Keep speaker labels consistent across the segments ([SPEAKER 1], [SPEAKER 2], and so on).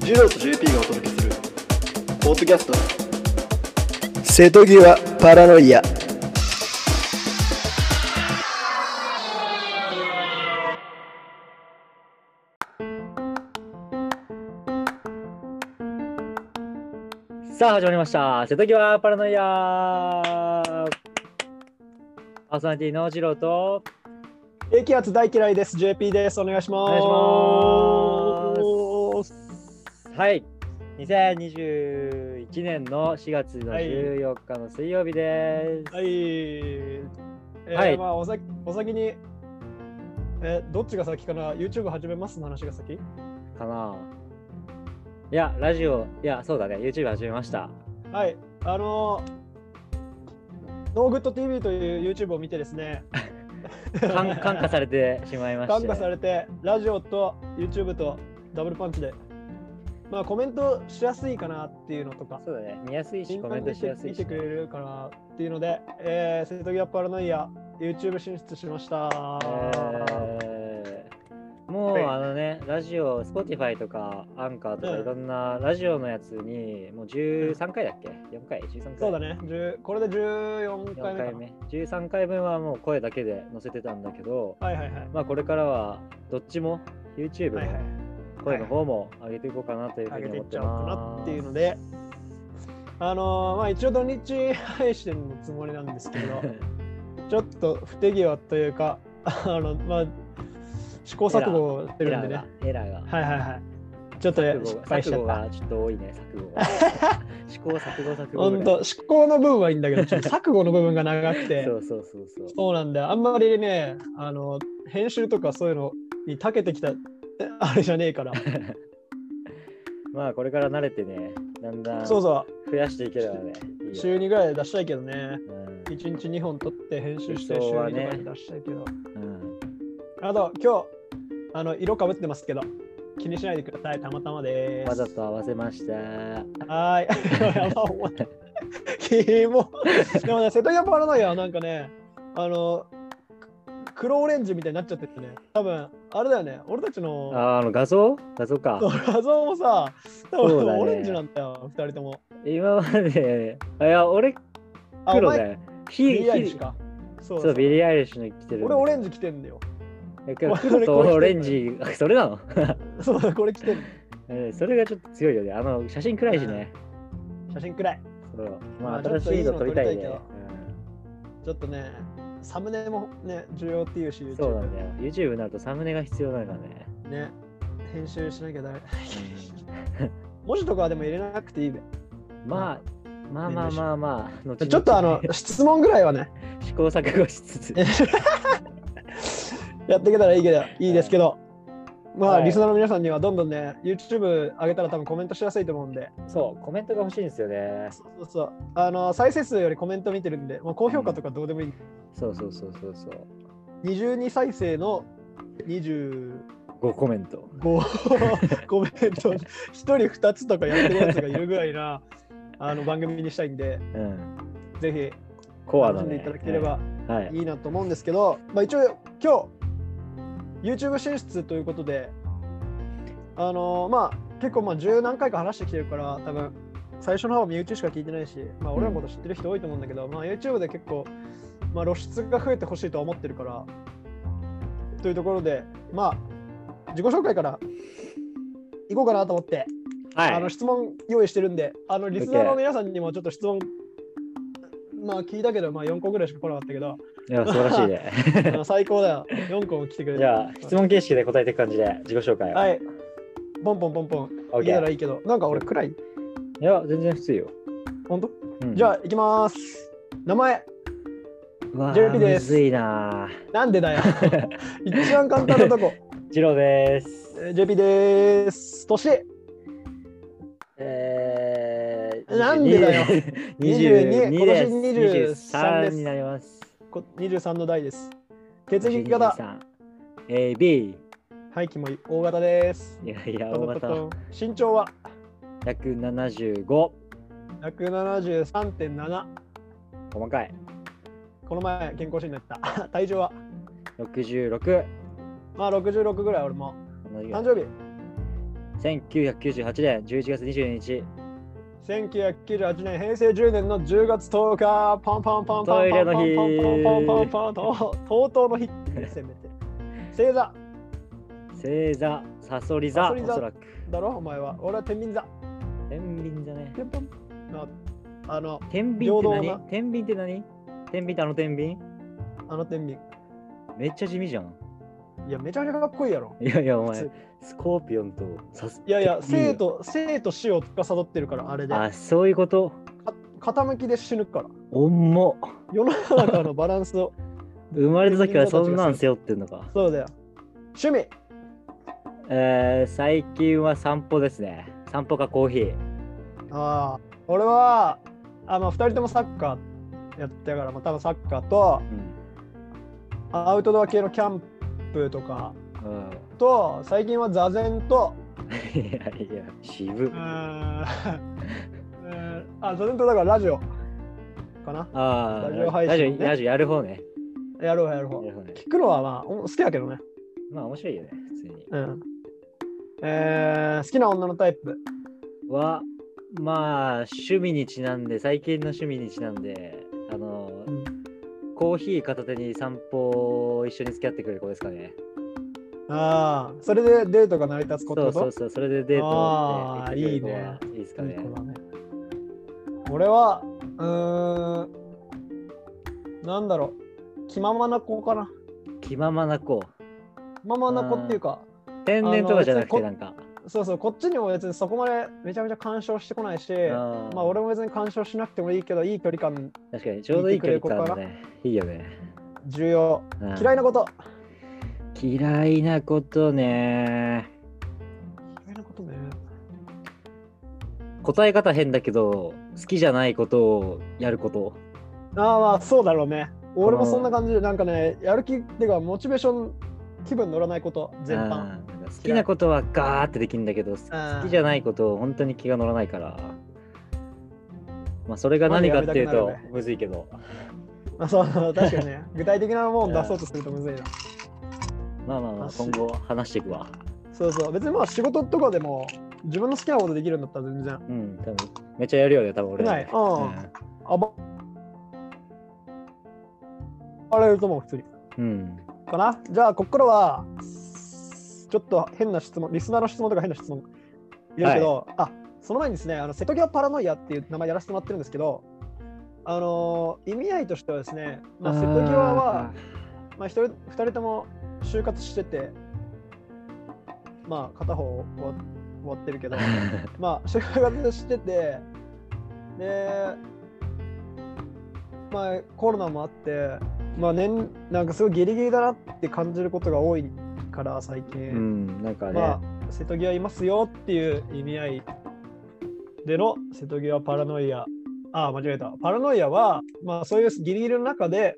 [SPEAKER 1] ジローと JP がお届けするポッドキャスト瀬戸際パラノイア
[SPEAKER 2] さあ始まりました。瀬戸際パラノイアパーソナリティの次郎と
[SPEAKER 1] 低気圧大嫌いです JP ですお願いします
[SPEAKER 2] お願いします。はい。2021年の4月の
[SPEAKER 1] はい
[SPEAKER 2] 14日の水曜日です。
[SPEAKER 1] はい、えー
[SPEAKER 2] はい
[SPEAKER 1] まあお先お先にえどっちが先かな YouTube 始めますの話が先
[SPEAKER 2] かないや、ラジオ、いや、そうだね、YouTube 始めました。
[SPEAKER 1] はいあのーノーグッド TV という YouTube を見てです ね
[SPEAKER 2] 感感化されてしまいました。
[SPEAKER 1] 感化されてラジオと YouTube とダブルパンチでまあコメントしやすいかなっていうのとか
[SPEAKER 2] そうだね、見やすいし、
[SPEAKER 1] 頻
[SPEAKER 2] コメン
[SPEAKER 1] 繁に
[SPEAKER 2] ト
[SPEAKER 1] 見
[SPEAKER 2] してやすい
[SPEAKER 1] 見。
[SPEAKER 2] して
[SPEAKER 1] くれるかなっていうので、えー、瀬戸際パラノイア YouTube 進出しました、
[SPEAKER 2] えーもう
[SPEAKER 1] はい
[SPEAKER 2] あのね、ラジオ、Spotify とか、アンカーとか
[SPEAKER 1] うん
[SPEAKER 2] いろんなラジオのやつに、もう13回だっけ ?4 回 ?13 回
[SPEAKER 1] そうだね10これで14
[SPEAKER 2] 4
[SPEAKER 1] 回目か
[SPEAKER 2] 回目。13回分はもう声だけで載せてたんだけど、
[SPEAKER 1] はいはいはい
[SPEAKER 2] まあこれからはどっちも YouTube
[SPEAKER 1] はいは
[SPEAKER 2] の
[SPEAKER 1] い
[SPEAKER 2] 声の方も上げていこうかなというふう
[SPEAKER 1] 上げ
[SPEAKER 2] に
[SPEAKER 1] てい
[SPEAKER 2] 思
[SPEAKER 1] っ
[SPEAKER 2] って
[SPEAKER 1] ちゃおうか
[SPEAKER 2] ま
[SPEAKER 1] な
[SPEAKER 2] す。
[SPEAKER 1] っていうのであのーまあ一応土日 配信のつもりなんですけどちょっと不手際というかあのまあ試行錯誤をして
[SPEAKER 2] エ
[SPEAKER 1] るん
[SPEAKER 2] ラ
[SPEAKER 1] で
[SPEAKER 2] ー
[SPEAKER 1] ね
[SPEAKER 2] が、エラーが。
[SPEAKER 1] はいはいはいちょっとね
[SPEAKER 2] 錯
[SPEAKER 1] 失
[SPEAKER 2] 誤が
[SPEAKER 1] 敗
[SPEAKER 2] 錯誤が
[SPEAKER 1] しちゃった
[SPEAKER 2] ちょっと多いね、錯 誤が。試行錯誤錯誤
[SPEAKER 1] ほ
[SPEAKER 2] ぐら
[SPEAKER 1] ん
[SPEAKER 2] い。
[SPEAKER 1] と思考の部分はいいんだけどちょっと錯誤の部分が長くて
[SPEAKER 2] そうそうそうそう。
[SPEAKER 1] そうなんだよ。あんまりね、あの、編集とかそういうのに長けてきた、えあれじゃねえ から。
[SPEAKER 2] まあこれから慣れてね、だんだん
[SPEAKER 1] そう
[SPEAKER 2] 増
[SPEAKER 1] そ、
[SPEAKER 2] やしていければね。いいうよ
[SPEAKER 1] 週2ぐらいで出したいけどね。
[SPEAKER 2] うん
[SPEAKER 1] 1日2本撮って編集して、週
[SPEAKER 2] 理想は
[SPEAKER 1] 2
[SPEAKER 2] ね
[SPEAKER 1] とかで出したいけど。
[SPEAKER 2] うん
[SPEAKER 1] あと、今日、あの、色かぶってますけど、気にしないでください。たまたまで
[SPEAKER 2] わ
[SPEAKER 1] す。
[SPEAKER 2] ざと合わせました。
[SPEAKER 1] はーい。やば、お前。キモ。でもね、瀬戸際パラノイアはなんかね、あの、黒オレンジみたいになっちゃっててね、多分あれだよね、俺たちの
[SPEAKER 2] あーあの画像画像か。
[SPEAKER 1] 画像もさ、多
[SPEAKER 2] そう
[SPEAKER 1] 分
[SPEAKER 2] だね
[SPEAKER 1] オレンジなんだよ、二人とも。
[SPEAKER 2] 今まで、あいや、俺
[SPEAKER 1] あ、お
[SPEAKER 2] 黒
[SPEAKER 1] 前、
[SPEAKER 2] だよ。
[SPEAKER 1] ビ
[SPEAKER 2] ヒ
[SPEAKER 1] リーアイリッシ
[SPEAKER 2] ヒ
[SPEAKER 1] ュか。そう
[SPEAKER 2] そう、ビ
[SPEAKER 1] ー
[SPEAKER 2] リー・アイリッシュの着てる。
[SPEAKER 1] 俺オレン
[SPEAKER 2] ジ。
[SPEAKER 1] ジ着てんだよ。
[SPEAKER 2] 黒とオレンジ、 それなの
[SPEAKER 1] そうだ、これ着てる。
[SPEAKER 2] うんそれがちょっと強いよね。あの、写真暗いしね。
[SPEAKER 1] 写真くらい。
[SPEAKER 2] そう。ま
[SPEAKER 1] まあ
[SPEAKER 2] あ、
[SPEAKER 1] ちょ
[SPEAKER 2] 新
[SPEAKER 1] っとい
[SPEAKER 2] し
[SPEAKER 1] い
[SPEAKER 2] い
[SPEAKER 1] の
[SPEAKER 2] の撮りたい
[SPEAKER 1] 撮り
[SPEAKER 2] ね
[SPEAKER 1] たい。ちょっとね、サムネもね、重要っていうし、
[SPEAKER 2] うん
[SPEAKER 1] YouTube
[SPEAKER 2] そうなんだよ。YouTube になるとサムネが必要だからね。
[SPEAKER 1] ね。編集しなきゃダメ。文字とかはでも入れなくていいべ。
[SPEAKER 2] まあ、まあまあまあまあ、後々
[SPEAKER 1] ちょっとあの、質問ぐらいはね、
[SPEAKER 2] 試行錯誤しつつ。
[SPEAKER 1] やっていけたらいいけど、いいですけど。まあ、
[SPEAKER 2] はい
[SPEAKER 1] リスナーの皆さんにはどんどんね、YouTube 上げたら多分コメントしやすいと思うんで、
[SPEAKER 2] そう、コメントが欲しいんですよね。
[SPEAKER 1] そうそうそう。あの、再生数よりコメント見てるんで、もう高評価とかどうでもいい。
[SPEAKER 2] そうそうそうそうそう。
[SPEAKER 1] 22再生の25
[SPEAKER 2] 5コメント。
[SPEAKER 1] コメント、1人2つとかやってるやつがいるぐらいな、あの、番組にしたいんで、
[SPEAKER 2] うん。
[SPEAKER 1] ぜひ、
[SPEAKER 2] コア
[SPEAKER 1] 楽
[SPEAKER 2] だ
[SPEAKER 1] しんで
[SPEAKER 2] ね。
[SPEAKER 1] いただければ
[SPEAKER 2] はい。はい。
[SPEAKER 1] いいなと思うんですけど、まあ一応、今日、YouTube 進出ということで、あのまあ、結構、まあ、十何回か話してきてるから、多分最初の方は身内しか聞いてないし、まあ、俺らのこと知ってる人多いと思うんだけど、まあ、YouTube で結構、まあ、露出が増えてほしいとは思ってるから、というところで、まあ、自己紹介からいこうかなと思って、あの質問用意してるんで、あのリスナーの皆さんにもちょっと質問、まあ聞いたけど、まあ4個ぐらいしか来なかったけど、
[SPEAKER 2] いや、素晴らしいね。
[SPEAKER 1] あ最高だよ。4個も来てくれた
[SPEAKER 2] じゃあ、質問形式で答えていく感じで自己紹介を。。
[SPEAKER 1] はいい。ポンポンポンポン。
[SPEAKER 2] OK
[SPEAKER 1] いけたらいいけど、なんか俺暗い。
[SPEAKER 2] いや、全然普通よ。
[SPEAKER 1] ほんと
[SPEAKER 2] うん
[SPEAKER 1] じゃあ、行きます。名前、
[SPEAKER 2] うわー
[SPEAKER 1] JP です
[SPEAKER 2] むずいな
[SPEAKER 1] なんで だよ。一番簡単なとこ。
[SPEAKER 2] ー。ジローです。
[SPEAKER 1] えー JP でーす。年、
[SPEAKER 2] えー、
[SPEAKER 1] なんでだよ
[SPEAKER 2] 22
[SPEAKER 1] 22
[SPEAKER 2] です。
[SPEAKER 1] 今年23
[SPEAKER 2] 23
[SPEAKER 1] です
[SPEAKER 2] になります。
[SPEAKER 1] こ23の代です。血液型、
[SPEAKER 2] A、B。
[SPEAKER 1] はい、キモい。大型です。
[SPEAKER 2] いやい や、大
[SPEAKER 1] トントン
[SPEAKER 2] 型
[SPEAKER 1] ト。ントン身長は
[SPEAKER 2] 175。
[SPEAKER 1] 173.7。
[SPEAKER 2] 細かい。
[SPEAKER 1] この前、健康診断行った。 体重は、
[SPEAKER 2] 66。
[SPEAKER 1] まあ66ぐらい俺も。
[SPEAKER 2] 同じぐら
[SPEAKER 1] 誕
[SPEAKER 2] い
[SPEAKER 1] 生日、
[SPEAKER 2] 1998年11月22日、
[SPEAKER 1] 1998年平成10年の10月10日、パンパンパンパン
[SPEAKER 2] トイレ
[SPEAKER 1] パン
[SPEAKER 2] の
[SPEAKER 1] パン
[SPEAKER 2] 日
[SPEAKER 1] パンパンパンパンパンととうとうの日、せめて。星座
[SPEAKER 2] 星座、サソリ
[SPEAKER 1] サ
[SPEAKER 2] 座、
[SPEAKER 1] ソリ
[SPEAKER 2] お
[SPEAKER 1] 座
[SPEAKER 2] そらく。
[SPEAKER 1] だろ、お前は。俺は天秤座。
[SPEAKER 2] 天秤座ね。
[SPEAKER 1] 天秤なあの、
[SPEAKER 2] 天秤
[SPEAKER 1] 平
[SPEAKER 2] って
[SPEAKER 1] 等
[SPEAKER 2] 何
[SPEAKER 1] な
[SPEAKER 2] 天秤って何天秤ってあの天秤
[SPEAKER 1] あの天秤。
[SPEAKER 2] めっちゃ地味じゃん。
[SPEAKER 1] いや、めちゃめちゃかっこいいやろ。
[SPEAKER 2] いやいや、お
[SPEAKER 1] 普
[SPEAKER 2] 前
[SPEAKER 1] 通、
[SPEAKER 2] スコーピオンとサス
[SPEAKER 1] いやいや、
[SPEAKER 2] 天秤
[SPEAKER 1] 生と生と死を司ってるから、あれで。か
[SPEAKER 2] あ、そういうこと。
[SPEAKER 1] 傾きで死ぬから。
[SPEAKER 2] おんも。
[SPEAKER 1] 世の中のバランスを。
[SPEAKER 2] 生まれた時からそんなん背負ってんのか。
[SPEAKER 1] そうだよ。趣味
[SPEAKER 2] えー、最近は散歩ですね。散歩かコーヒー。
[SPEAKER 1] ああ、俺は、あ、まあ、2人ともサッカーやってたから、まあ、多分サッカーと、
[SPEAKER 2] うん。
[SPEAKER 1] アウトドア系のキャンプとか
[SPEAKER 2] うん、
[SPEAKER 1] と、最近は座禅と、
[SPEAKER 2] いやいや、渋
[SPEAKER 1] うーん
[SPEAKER 2] い。あ
[SPEAKER 1] うーんあ、座禅とだからラジオかな。
[SPEAKER 2] あ
[SPEAKER 1] ラジオ
[SPEAKER 2] ー、
[SPEAKER 1] 配
[SPEAKER 2] ラジ
[SPEAKER 1] 信ね
[SPEAKER 2] オ、ラジオやる方ね。
[SPEAKER 1] やろうや
[SPEAKER 2] や
[SPEAKER 1] ろう。
[SPEAKER 2] る方ね。
[SPEAKER 1] 聞くのはまあお好きだけどね。
[SPEAKER 2] まあ面白いよね、普通に。
[SPEAKER 1] うん。えー、好きな女のタイプ。
[SPEAKER 2] は、まあ、趣味にちなんで、最近の趣味にちなんで、あの、
[SPEAKER 1] うん
[SPEAKER 2] コーヒー片手に散歩を一緒に付き合ってくれる子ですかね。
[SPEAKER 1] ああ、それでデートが成り立つ
[SPEAKER 2] そ
[SPEAKER 1] こと
[SPEAKER 2] う
[SPEAKER 1] って
[SPEAKER 2] そ
[SPEAKER 1] こ
[SPEAKER 2] う
[SPEAKER 1] と
[SPEAKER 2] そう、それでデートを
[SPEAKER 1] あ
[SPEAKER 2] やっ
[SPEAKER 1] ー
[SPEAKER 2] て行ってくれる子はいいですか
[SPEAKER 1] いい
[SPEAKER 2] ね。
[SPEAKER 1] 子だね。俺は、うーん、なんだろう。気ままな子かな。
[SPEAKER 2] 気ままな子。
[SPEAKER 1] 気ままな子っていうか、
[SPEAKER 2] 天然とかじゃなく
[SPEAKER 1] あ
[SPEAKER 2] て、
[SPEAKER 1] の
[SPEAKER 2] なんか。
[SPEAKER 1] そうそう、こっちにも別にそこまでめちゃめちゃ干渉してこないし、
[SPEAKER 2] あー
[SPEAKER 1] まあ俺も別に干渉しなくてもいいけど、いい距離感
[SPEAKER 2] 確かに、ちょうどいい距離感だ
[SPEAKER 1] 見
[SPEAKER 2] ね。いいよね。
[SPEAKER 1] 重要。
[SPEAKER 2] うん
[SPEAKER 1] 嫌いなこと。
[SPEAKER 2] 嫌いなことね。
[SPEAKER 1] 嫌いなことね。
[SPEAKER 2] 答え方変だけど、好きじゃないことをやること。
[SPEAKER 1] ああまあそうだろうね。俺
[SPEAKER 2] こ
[SPEAKER 1] も
[SPEAKER 2] の
[SPEAKER 1] そんな感じで、なんかね、やる気っていうか、モチベーション、気分乗らないこと、全
[SPEAKER 2] うん
[SPEAKER 1] 般。
[SPEAKER 2] なんか好きなことはガーってできるんだけど、好きじゃないことを本当に気が乗らないから。まあ、それが何かっていう
[SPEAKER 1] まあや
[SPEAKER 2] と
[SPEAKER 1] めたくなる、
[SPEAKER 2] むずいけど。
[SPEAKER 1] まあそう、確かに ね、具体的なもん出そうとするとむずいな。
[SPEAKER 2] まあまあまあ、
[SPEAKER 1] 確か
[SPEAKER 2] 今
[SPEAKER 1] に
[SPEAKER 2] 後話していくわ。
[SPEAKER 1] そうそう、別にまあ仕事とかでも、自分の好きなことできるんだったら全然。
[SPEAKER 2] うん、多分めっちゃやるよね、多分俺らね。
[SPEAKER 1] 少ないあばあれると思う、普通に。
[SPEAKER 2] うん。うん。
[SPEAKER 1] かなじゃあ、ここからは、ちょっと変な質問、リスナーの質問とか変な質問いるけど、あその前にですね、あの瀬戸際パラノイアっていう名前やらせてもらってるんですけど、あのー意味合いとしてはですね、まあ、瀬戸際は、まあ、一人二人とも就活してて、まあ、片方終わ終わってる けど
[SPEAKER 2] あ、ー、
[SPEAKER 1] まあ、就活してて、で、まあ、コロナもあって、まあ、年、なんかすごいギリギリだなって感じることが多いから、最近。
[SPEAKER 2] うん、なんかね、
[SPEAKER 1] まあ、瀬戸際いますよっていう意味合いでの瀬戸際パラノイア。ああ、間違えた。パラノイアは、まあ、そういうギリギリの中で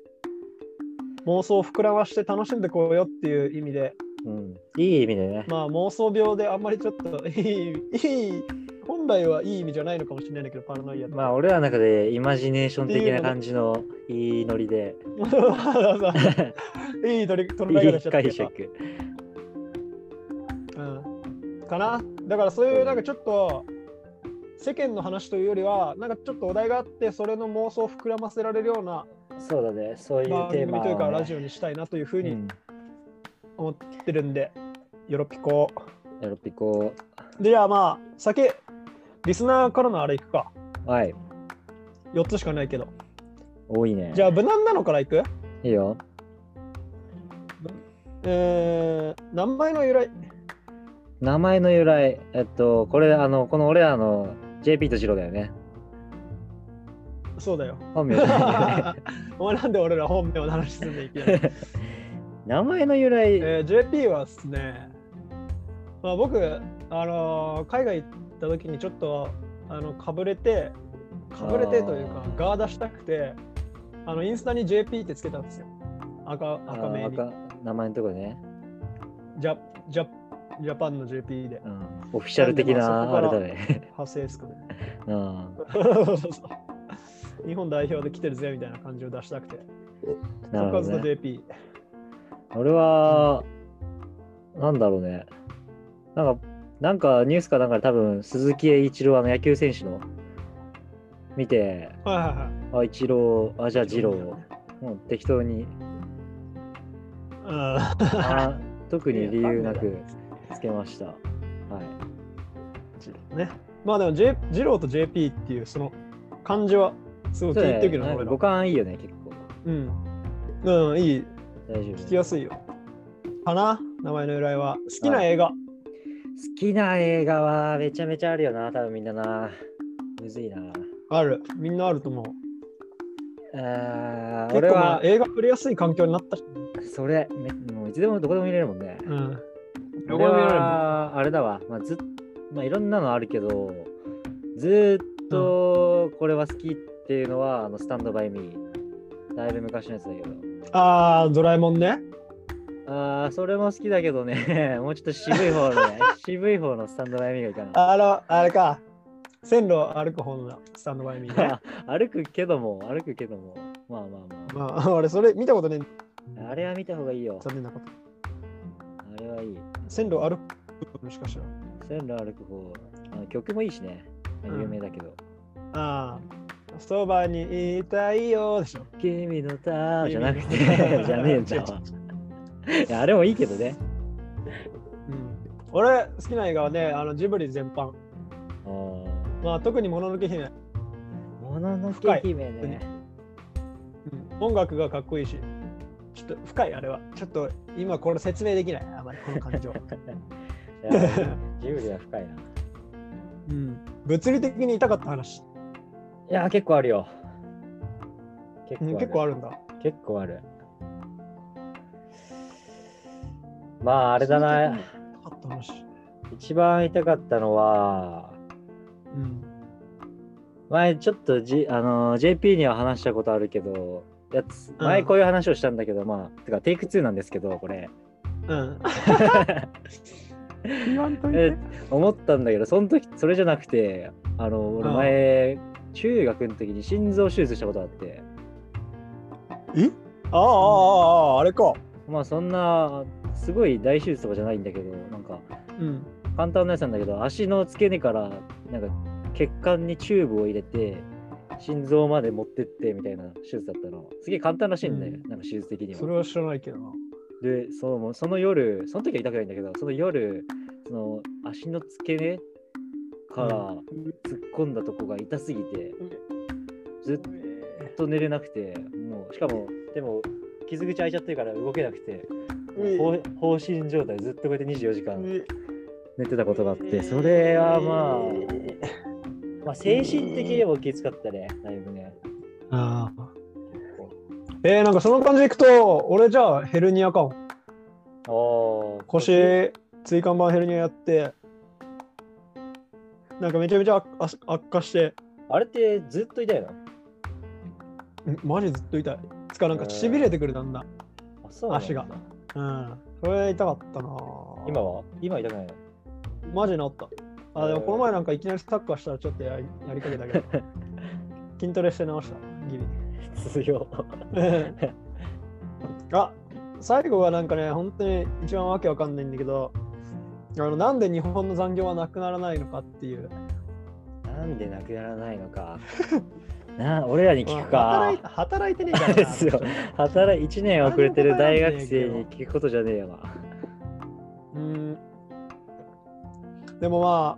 [SPEAKER 1] 妄想を膨らまして楽しんでこうよっていう意味で、
[SPEAKER 2] うん、いい意味でね。
[SPEAKER 1] まあ、妄想病であんまりちょっといい、いい、本来はいい意味じゃないのかもしれないんだけど、パラノイ アって。
[SPEAKER 2] まあ、俺らの中でイマジネーション的な感じのいいノリで、
[SPEAKER 1] いい取り取り
[SPEAKER 2] い
[SPEAKER 1] 方
[SPEAKER 2] い
[SPEAKER 1] しちゃった
[SPEAKER 2] 解釈。
[SPEAKER 1] うんかなだからそういうなんかちょっと世間の話というよりはなんかちょっとお題があってそれの妄想を膨らませられるような
[SPEAKER 2] そうだね、そういう
[SPEAKER 1] 番
[SPEAKER 2] テー
[SPEAKER 1] 組
[SPEAKER 2] マを
[SPEAKER 1] というか
[SPEAKER 2] ね
[SPEAKER 1] ラジオにしたいなというふう
[SPEAKER 2] う
[SPEAKER 1] に
[SPEAKER 2] ん
[SPEAKER 1] 思ってるんで、よろぴこ
[SPEAKER 2] エロピコ、
[SPEAKER 1] でじゃあまあ先リスナーからのあれいくか
[SPEAKER 2] はい、
[SPEAKER 1] 4つしかないけど
[SPEAKER 2] 多いね。
[SPEAKER 1] じゃあ無難なのからいく
[SPEAKER 2] いいよ。
[SPEAKER 1] えー、名前の由来
[SPEAKER 2] 名前の由来、えっと、これ、あの、この俺らの JP とジローだよね。
[SPEAKER 1] そうだ よ
[SPEAKER 2] 本名じゃない よね
[SPEAKER 1] お前なんで俺ら本名の話すんでい きなり
[SPEAKER 2] 名前の由来、
[SPEAKER 1] えー JP はですね、まあ、僕、あのー海外行った時にちょっとあのかぶれてかぶれてというか
[SPEAKER 2] あー
[SPEAKER 1] ガー出したくてあのインスタに JP ってつけたんですよ赤
[SPEAKER 2] あ
[SPEAKER 1] 赤名に
[SPEAKER 2] 赤名前のとこね、
[SPEAKER 1] ジャジャジャパンの JP で
[SPEAKER 2] うん。オフィシャル的
[SPEAKER 1] なんで
[SPEAKER 2] な
[SPEAKER 1] ま
[SPEAKER 2] あ
[SPEAKER 1] あ
[SPEAKER 2] れ
[SPEAKER 1] そこか
[SPEAKER 2] だ
[SPEAKER 1] ら
[SPEAKER 2] ね。
[SPEAKER 1] 派生ですかね
[SPEAKER 2] うん、
[SPEAKER 1] 日本代表で来てるぜみたいな感じを出したくてそ
[SPEAKER 2] なる
[SPEAKER 1] こ
[SPEAKER 2] ほ
[SPEAKER 1] はず
[SPEAKER 2] ど、
[SPEAKER 1] っと
[SPEAKER 2] ね。
[SPEAKER 1] JP
[SPEAKER 2] 俺は、なんだろうね。なんか、なんかニュースかなんかで多分鈴木栄一郎あの野球選手の見て
[SPEAKER 1] はいはいは
[SPEAKER 2] あ
[SPEAKER 1] い。
[SPEAKER 2] 一郎あじゃあ二郎もう適当に
[SPEAKER 1] う
[SPEAKER 2] あ特に理由なくつけました。はい。
[SPEAKER 1] ん。ね。まあでも、J、ジローと JP っていうその感じはすごい気に入ってるけどな、
[SPEAKER 2] なんか
[SPEAKER 1] 俺ら
[SPEAKER 2] 五感いいよね結構。
[SPEAKER 1] うん。うん、いい。
[SPEAKER 2] 大丈夫。
[SPEAKER 1] 聞きやすいよ。かな名前の由来は。好きな映画。
[SPEAKER 2] 好きな映画はめちゃめちゃあるよな、多分みんなな。むずいな。
[SPEAKER 1] ある。みんなあると思う。
[SPEAKER 2] あー
[SPEAKER 1] 結
[SPEAKER 2] 俺
[SPEAKER 1] 構まあ
[SPEAKER 2] は、
[SPEAKER 1] 映画触れやすい環境になったし。
[SPEAKER 2] それめ、もういつでもどこでも見れるもんね。
[SPEAKER 1] うん。
[SPEAKER 2] 俺はあれだわ、まあずっまあ、いろんなのあるけど、ずーっとこれは好きっていうのは、あのスタンドバイミー。だいぶ昔のやつだけど。
[SPEAKER 1] あー、ドラえもんね。
[SPEAKER 2] ああ、それも好きだけどね、 もうちょっと渋い方のね、渋い方のスタンドバイミーがいいか
[SPEAKER 1] あの、あれか。線路歩く方のスタンドバイミ ーね。
[SPEAKER 2] な。歩くけども、歩くけども、まあまあまあ。
[SPEAKER 1] まあ、 俺それ見たことねえ。
[SPEAKER 2] あれは見た方がいいよ。
[SPEAKER 1] 残念なこと。
[SPEAKER 2] あれはいい。
[SPEAKER 1] 線路歩くのしかしら。
[SPEAKER 2] 線路歩く方、あの曲もいいしね。まあ
[SPEAKER 1] うん
[SPEAKER 2] 有名だけど。
[SPEAKER 1] ああ。そばにいたいよでしょ。
[SPEAKER 2] 君の歌じゃなくて、
[SPEAKER 1] 君の
[SPEAKER 2] じゃねえんだわ。いやあれもいいけどね。
[SPEAKER 1] うん、俺、好きな映画はね、あのジブリ全般。
[SPEAKER 2] あーも
[SPEAKER 1] まあ、特にもののけ姫、
[SPEAKER 2] ののけ姫ね。
[SPEAKER 1] うん音楽がかっこいいし、ちょっと深いあれは。ちょっと今これ説明できない。あまりこの感情。
[SPEAKER 2] いやジブリは深いな。い
[SPEAKER 1] うん、物理的に痛かった話。
[SPEAKER 2] や、結構あるよ。結
[SPEAKER 1] うん、結構あるんだ。
[SPEAKER 2] 結構ある。まあ、あれだな。
[SPEAKER 1] 痛かった話。
[SPEAKER 2] 一番痛かったのは、
[SPEAKER 1] うん。
[SPEAKER 2] 前ちょっと、G あのー JP には話したことあるけどやつ
[SPEAKER 1] うん
[SPEAKER 2] 前こういう話をしたんだけど、まあてかテイク2なんですけどこれ
[SPEAKER 1] うん。 言わんとい
[SPEAKER 2] え
[SPEAKER 1] て。
[SPEAKER 2] 思ったんだけどその時それじゃなくてあの俺
[SPEAKER 1] うん
[SPEAKER 2] 前中学の時に心臓手術したことあって
[SPEAKER 1] えああ、ああ、ああ、あれか。
[SPEAKER 2] まあそんなすごい大手術とかじゃないんだけどなんか
[SPEAKER 1] うん。
[SPEAKER 2] 簡単なやつなんだけど足の付け根からなんか血管にチューブを入れて心臓まで持ってってみたいな手術だったのすげえ簡単らしいんだよ、なんか手術的には
[SPEAKER 1] それは知らないけどな。
[SPEAKER 2] でそうもうその夜その時は痛くないんだけどその夜その足の付け根から
[SPEAKER 1] う
[SPEAKER 2] 突っ込んだとこが痛すぎて、
[SPEAKER 1] うん
[SPEAKER 2] ずっと寝れなくてもうしかもでも傷口開いちゃってるから動けなくて、ほう放心状態ずっとこうやって24時間寝てたことがあってそれはまあ、まあ、精神的にもきつかったねだいぶね
[SPEAKER 1] ああ。えー、なんかその感じでいくと、俺じゃあヘルニアかも。
[SPEAKER 2] お
[SPEAKER 1] 腰、椎間板ヘルニアやって、なんかめちゃめちゃ悪悪悪化して、
[SPEAKER 2] あれってずっと痛いの
[SPEAKER 1] んマジずっと痛い。つかなんかしびれてくるだんだん。
[SPEAKER 2] あそうなんだ
[SPEAKER 1] 足がうん。それ痛かったなぁ
[SPEAKER 2] 今は今痛くないの
[SPEAKER 1] マジ治った。あ、でもこの前なんかいきなりサッカーしたらちょっとやりやりかけたけど、筋トレして治した。ギリ。
[SPEAKER 2] 強
[SPEAKER 1] あ最後はなんかね、本当に一番わけわかんないんだけど、あのなんで日本の残業はなくならないのかっていう。
[SPEAKER 2] なんでなくならないのか な俺らに聞く
[SPEAKER 1] 働
[SPEAKER 2] か
[SPEAKER 1] い働いてねえか
[SPEAKER 2] あれ
[SPEAKER 1] ら
[SPEAKER 2] で
[SPEAKER 1] な。
[SPEAKER 2] すよ働い1年遅れてる大学生に聞くことじゃねえよな
[SPEAKER 1] うん。でもま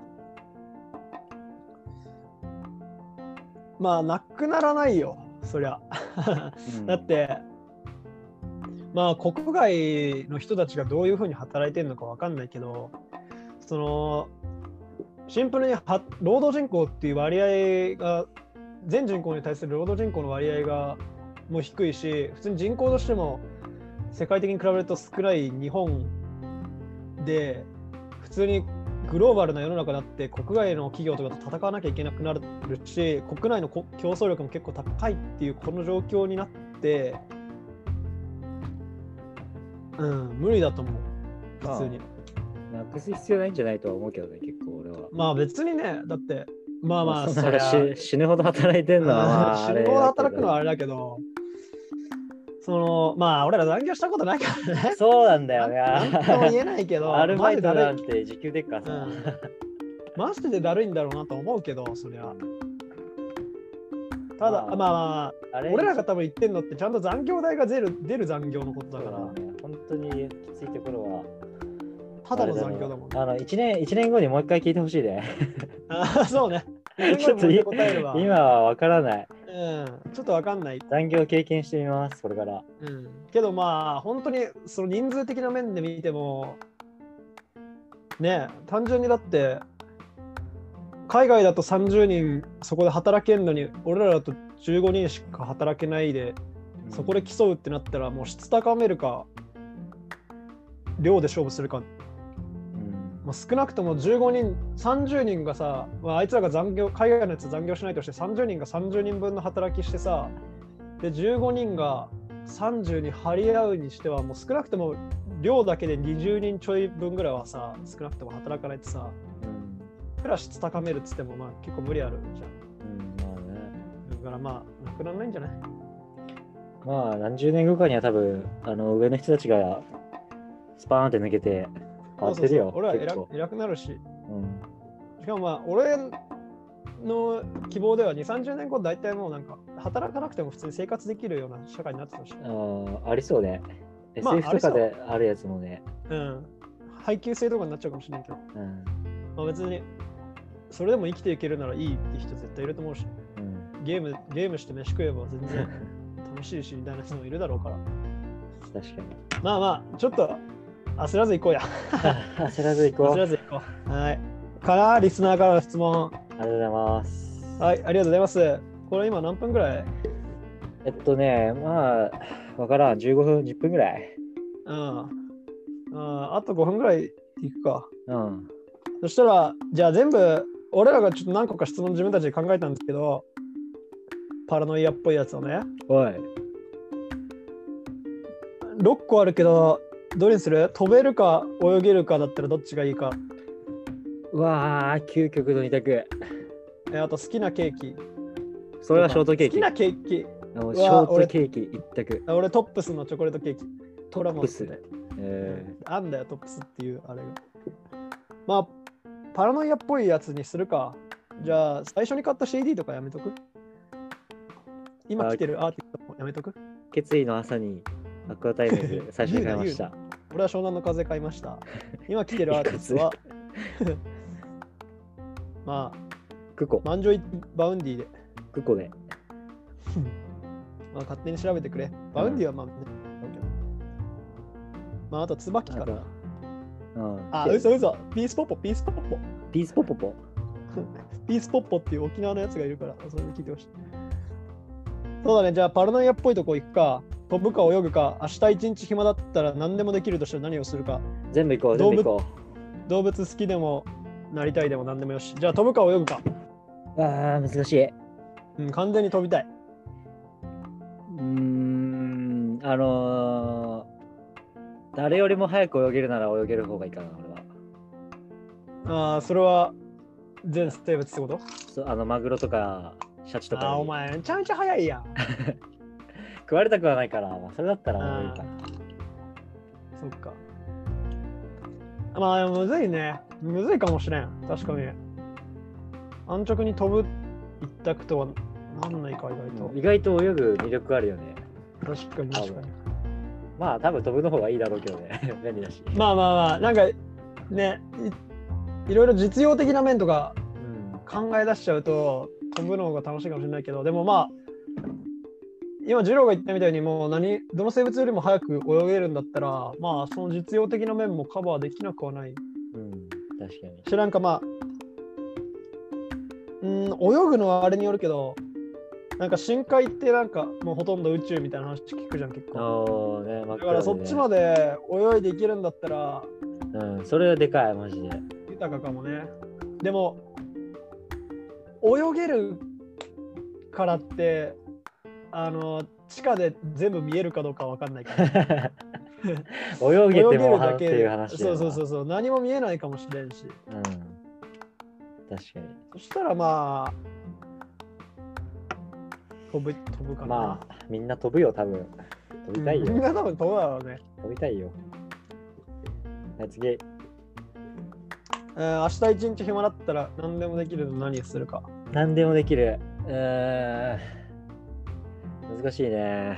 [SPEAKER 1] あ、まあ、なくならないよ、そりゃ。だって、まあ、国外の人たちがどういうふうに働いてるのかわかんないけど、その、シンプルには労働人口っていう割合が、全人口に対する労働人口の割合がもう低いし、普通に人口としても世界的に比べると少ない日本で、普通にグローバルな世の中だって国外の企業とかと戦わなきゃいけなくなるし国内のこ競争力も結構高いっていうこの状況になってうん無理だと思う普通に
[SPEAKER 2] なくす必要ないんじゃないとは思うけどね結構俺は
[SPEAKER 1] まあ別にねだってまあまあ
[SPEAKER 2] そん
[SPEAKER 1] そ
[SPEAKER 2] な
[SPEAKER 1] りゃ
[SPEAKER 2] 死死ぬほど働いてんのはまああ
[SPEAKER 1] 死
[SPEAKER 2] れ
[SPEAKER 1] ぬほど働くのはあれだけど、そのまあ俺ら残業したことないからね。
[SPEAKER 2] そうなんだよ
[SPEAKER 1] なんとも言
[SPEAKER 2] ね。
[SPEAKER 1] えないけ ど、
[SPEAKER 2] アルバイト
[SPEAKER 1] マジで
[SPEAKER 2] な
[SPEAKER 1] だ
[SPEAKER 2] ん
[SPEAKER 1] るい
[SPEAKER 2] て時給でっかさ。
[SPEAKER 1] うんマジでだるいんだろうなと思うけど、そりゃ。ただ、
[SPEAKER 2] まあ
[SPEAKER 1] まあま
[SPEAKER 2] あ
[SPEAKER 1] あ、
[SPEAKER 2] れ
[SPEAKER 1] 俺らが多分言ってんのって、ちゃんと残業代が出る出る残業のこと
[SPEAKER 2] だか、
[SPEAKER 1] だからら、
[SPEAKER 2] 本当にきついところは。
[SPEAKER 1] ただの残業だもんね。
[SPEAKER 2] あの1年 ,1 年後にもう一回聞いてほしいね。
[SPEAKER 1] あそうね。
[SPEAKER 2] ちょっとい
[SPEAKER 1] 今の答えれば
[SPEAKER 2] 今はわからない。
[SPEAKER 1] うん、ちょっとわかんない。
[SPEAKER 2] 残業経験してみます、これから。
[SPEAKER 1] うん、けどまあ、本当にその人数的な面で見ても、ねえ、単純にだって、海外だと30人そこで働けるのに、俺らだと15人しか働けないで、そこで競うってなったら、もう質高めるか、量で勝負するか、
[SPEAKER 2] うん、
[SPEAKER 1] まあ、少なくとも15人、30人がさ、まあ、あいつらが残業、海外のやつ残業しないとして、30人が30人分の働きしてさ、で、15人が30に張り合うにしては、もう少なくとも量だけで20人ちょい分ぐらいはさ、少なくとも働かないとさ、
[SPEAKER 2] うん
[SPEAKER 1] プラス質高めるっつっても、まあ結構無理あるじゃ
[SPEAKER 2] うんまあね。
[SPEAKER 1] ん。だからまあ、なくならないんじゃない
[SPEAKER 2] まあ何十年後かには多分あの上の人たちがスパーンって抜けて変わってるよ。
[SPEAKER 1] そうそうそう俺
[SPEAKER 2] 結
[SPEAKER 1] ら
[SPEAKER 2] 構
[SPEAKER 1] 偉偉くなるし、
[SPEAKER 2] うん
[SPEAKER 1] しかもまあ、俺の希望では2、30年後、大体もうなんか、働かなくても普通に生活できるような社会になってほしい。
[SPEAKER 2] あーありそうね。
[SPEAKER 1] まあ
[SPEAKER 2] SF とかであるやつもね。
[SPEAKER 1] うん。配給制とかになっちゃうかもしれないけど、
[SPEAKER 2] うん
[SPEAKER 1] まあ、別に、それでも生きていけるならいいって人絶対いると思うし、
[SPEAKER 2] うん
[SPEAKER 1] ゲーム、ゲームして飯食えば全然楽しいし、みたいな人もいるだろうから。
[SPEAKER 2] 確かに。
[SPEAKER 1] まあまあ、ちょっと焦らず行こうや。
[SPEAKER 2] 焦らず行こ
[SPEAKER 1] 焦
[SPEAKER 2] う。あ
[SPEAKER 1] らず行こう。はい。から、リスナーからの質問。
[SPEAKER 2] りがとうございます。
[SPEAKER 1] はい、ありがとうございます。これ今何分ぐらい
[SPEAKER 2] えっとね、まあ、わからん、15分、10分ぐらい。
[SPEAKER 1] うん。うん、あと5分ぐらい行くか。
[SPEAKER 2] うん。
[SPEAKER 1] そしたら、じゃあ全部、俺らがちょっと何個か質問自分たちで考えたんですけど、パラノイアっぽいやつをね。
[SPEAKER 2] おい。
[SPEAKER 1] 6個あるけど、どれにする飛べるか泳げるかだったらどっちがいいか。
[SPEAKER 2] うわあ、究極の二択。
[SPEAKER 1] えーあと好きなケーキ。
[SPEAKER 2] それはショートケー
[SPEAKER 1] 好
[SPEAKER 2] キ。
[SPEAKER 1] き
[SPEAKER 2] あ
[SPEAKER 1] なケーキ。
[SPEAKER 2] の
[SPEAKER 1] うわ
[SPEAKER 2] ショートケーキ一択。
[SPEAKER 1] あ俺トップスのチョコレートケーキ。トラモン
[SPEAKER 2] トッえ
[SPEAKER 1] あんだよ、トップスっていうあれが。まあ、パラノイアっぽいやつにするか。じゃあ、最初に買った CD とかやめとく今来てるアーティストもやめとく
[SPEAKER 2] ー決意の朝にアクアタイム ズ最初に買いました。
[SPEAKER 1] 俺は湘南の風買いました。今来てるアーティストは、 まあ、
[SPEAKER 2] クコ、
[SPEAKER 1] 満場一致バウンディで。
[SPEAKER 2] クコで。
[SPEAKER 1] まあ、勝手に調べてくれ。バウンディはまあ、ねまあ、あと、椿か
[SPEAKER 2] あと
[SPEAKER 1] な。
[SPEAKER 2] うん。
[SPEAKER 1] あ、
[SPEAKER 2] で
[SPEAKER 1] 嘘嘘。ピースポッポ、ピースポッポ。
[SPEAKER 2] ピースポポポ。
[SPEAKER 1] ピースポッポっていう沖縄のやつがいるから、それで聞いてほしい。そうだね、じゃあ、パラノイアっぽいとこ行くか、飛ぶか泳ぐか、明日一日暇だったら何でもできるとしたら何をするか、
[SPEAKER 2] 全部行こう、全部
[SPEAKER 1] 動物
[SPEAKER 2] 行こ
[SPEAKER 1] 動物好きでもなりたいでも何でもよし。じゃあ、飛ぶか泳ぐか。
[SPEAKER 2] う。ああ、難しい。う
[SPEAKER 1] うん、完全に飛びたい。
[SPEAKER 2] ーん、あのー、誰よりも早く泳げるなら泳げる方がいいかな、俺は。
[SPEAKER 1] ああ、それは全生物ってこと
[SPEAKER 2] そうあの、マグロとか、シャチとかよ
[SPEAKER 1] あ
[SPEAKER 2] り。
[SPEAKER 1] あー、お前、めちゃめちゃ早いやん。
[SPEAKER 2] 食われたくはないから、まあ、それだったらもういいかな。
[SPEAKER 1] そっか。まあ、むずいね。むずいかもしれん。確かに。安直に飛ぶ一択とはなんないか、意外
[SPEAKER 2] 意外と泳ぐ魅力あるよね。
[SPEAKER 1] と。確かに、確かに。
[SPEAKER 2] まあ、多分飛ぶの方がいいだろうけどね。 便利だし。
[SPEAKER 1] まあまあまあ、なんか、ね、いいろいろ実用的な面とか
[SPEAKER 2] うん
[SPEAKER 1] 考え出しちゃうと、飛ぶのが楽しいかもしれないけど、でもまあ、今、ジローが言ったみたいに、もう何、どの生物よりも早く泳げるんだったら、まあ、その実用的な面もカバーできなくはない
[SPEAKER 2] うん、確かに。
[SPEAKER 1] 知らんかまあうん泳ぐのはあれによるけどなんか深海ってなんかもうほとんど宇宙みたいな話聞くじゃん結
[SPEAKER 2] あ
[SPEAKER 1] 構
[SPEAKER 2] ーね、真
[SPEAKER 1] だ
[SPEAKER 2] っ
[SPEAKER 1] からそっちま
[SPEAKER 2] で
[SPEAKER 1] で泳いでいけるんだったら
[SPEAKER 2] ね。うん、それはでかい、マジ で。
[SPEAKER 1] 豊かかもねでも泳げるからってあの地下で全部見えるかどうかわかんないから
[SPEAKER 2] 泳げて
[SPEAKER 1] 泳げ
[SPEAKER 2] も
[SPEAKER 1] る
[SPEAKER 2] は
[SPEAKER 1] だ
[SPEAKER 2] って
[SPEAKER 1] け
[SPEAKER 2] いう話だ
[SPEAKER 1] そ
[SPEAKER 2] よ
[SPEAKER 1] う
[SPEAKER 2] な
[SPEAKER 1] そうそうそう何も見えないかもしれんし
[SPEAKER 2] うん。確かに。
[SPEAKER 1] そしたらまあ飛ぶ飛ぶかな、
[SPEAKER 2] まあ、みんな飛ぶよ、多分。撮りたい
[SPEAKER 1] みん
[SPEAKER 2] よ。
[SPEAKER 1] な多分どうだろうね。
[SPEAKER 2] 撮りたいよ。はい、次。
[SPEAKER 1] えー明日一日暇だったら何でもできるの何をするか。
[SPEAKER 2] 何でもできる。うーん。難しいね。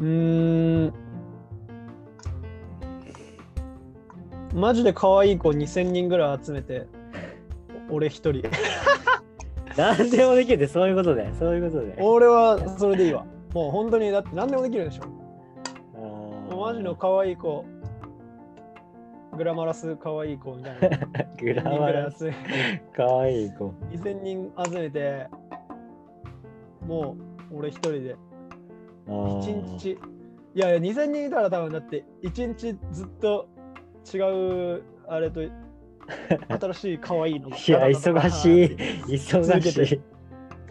[SPEAKER 1] うーん。マジで可愛い子2000人ぐらい集めて、俺一人。
[SPEAKER 2] 何でもできるってそういうことで、そういうことで。
[SPEAKER 1] 俺はそれでいいわ。もう本当にだって何でもできるでしょ。
[SPEAKER 2] あー
[SPEAKER 1] マジの可愛い子。グラマラス可愛い子みたいな。
[SPEAKER 2] グラマラス。
[SPEAKER 1] ス。
[SPEAKER 2] かわいい子。
[SPEAKER 1] 2000人集めて、もう俺一人で。
[SPEAKER 2] あー
[SPEAKER 1] 1日。いやいや、2000人いたら多分だって、1日ずっと違う、あれと、新しい可愛い
[SPEAKER 2] い
[SPEAKER 1] の。
[SPEAKER 2] や、忙しい。。忙
[SPEAKER 1] 続
[SPEAKER 2] しい。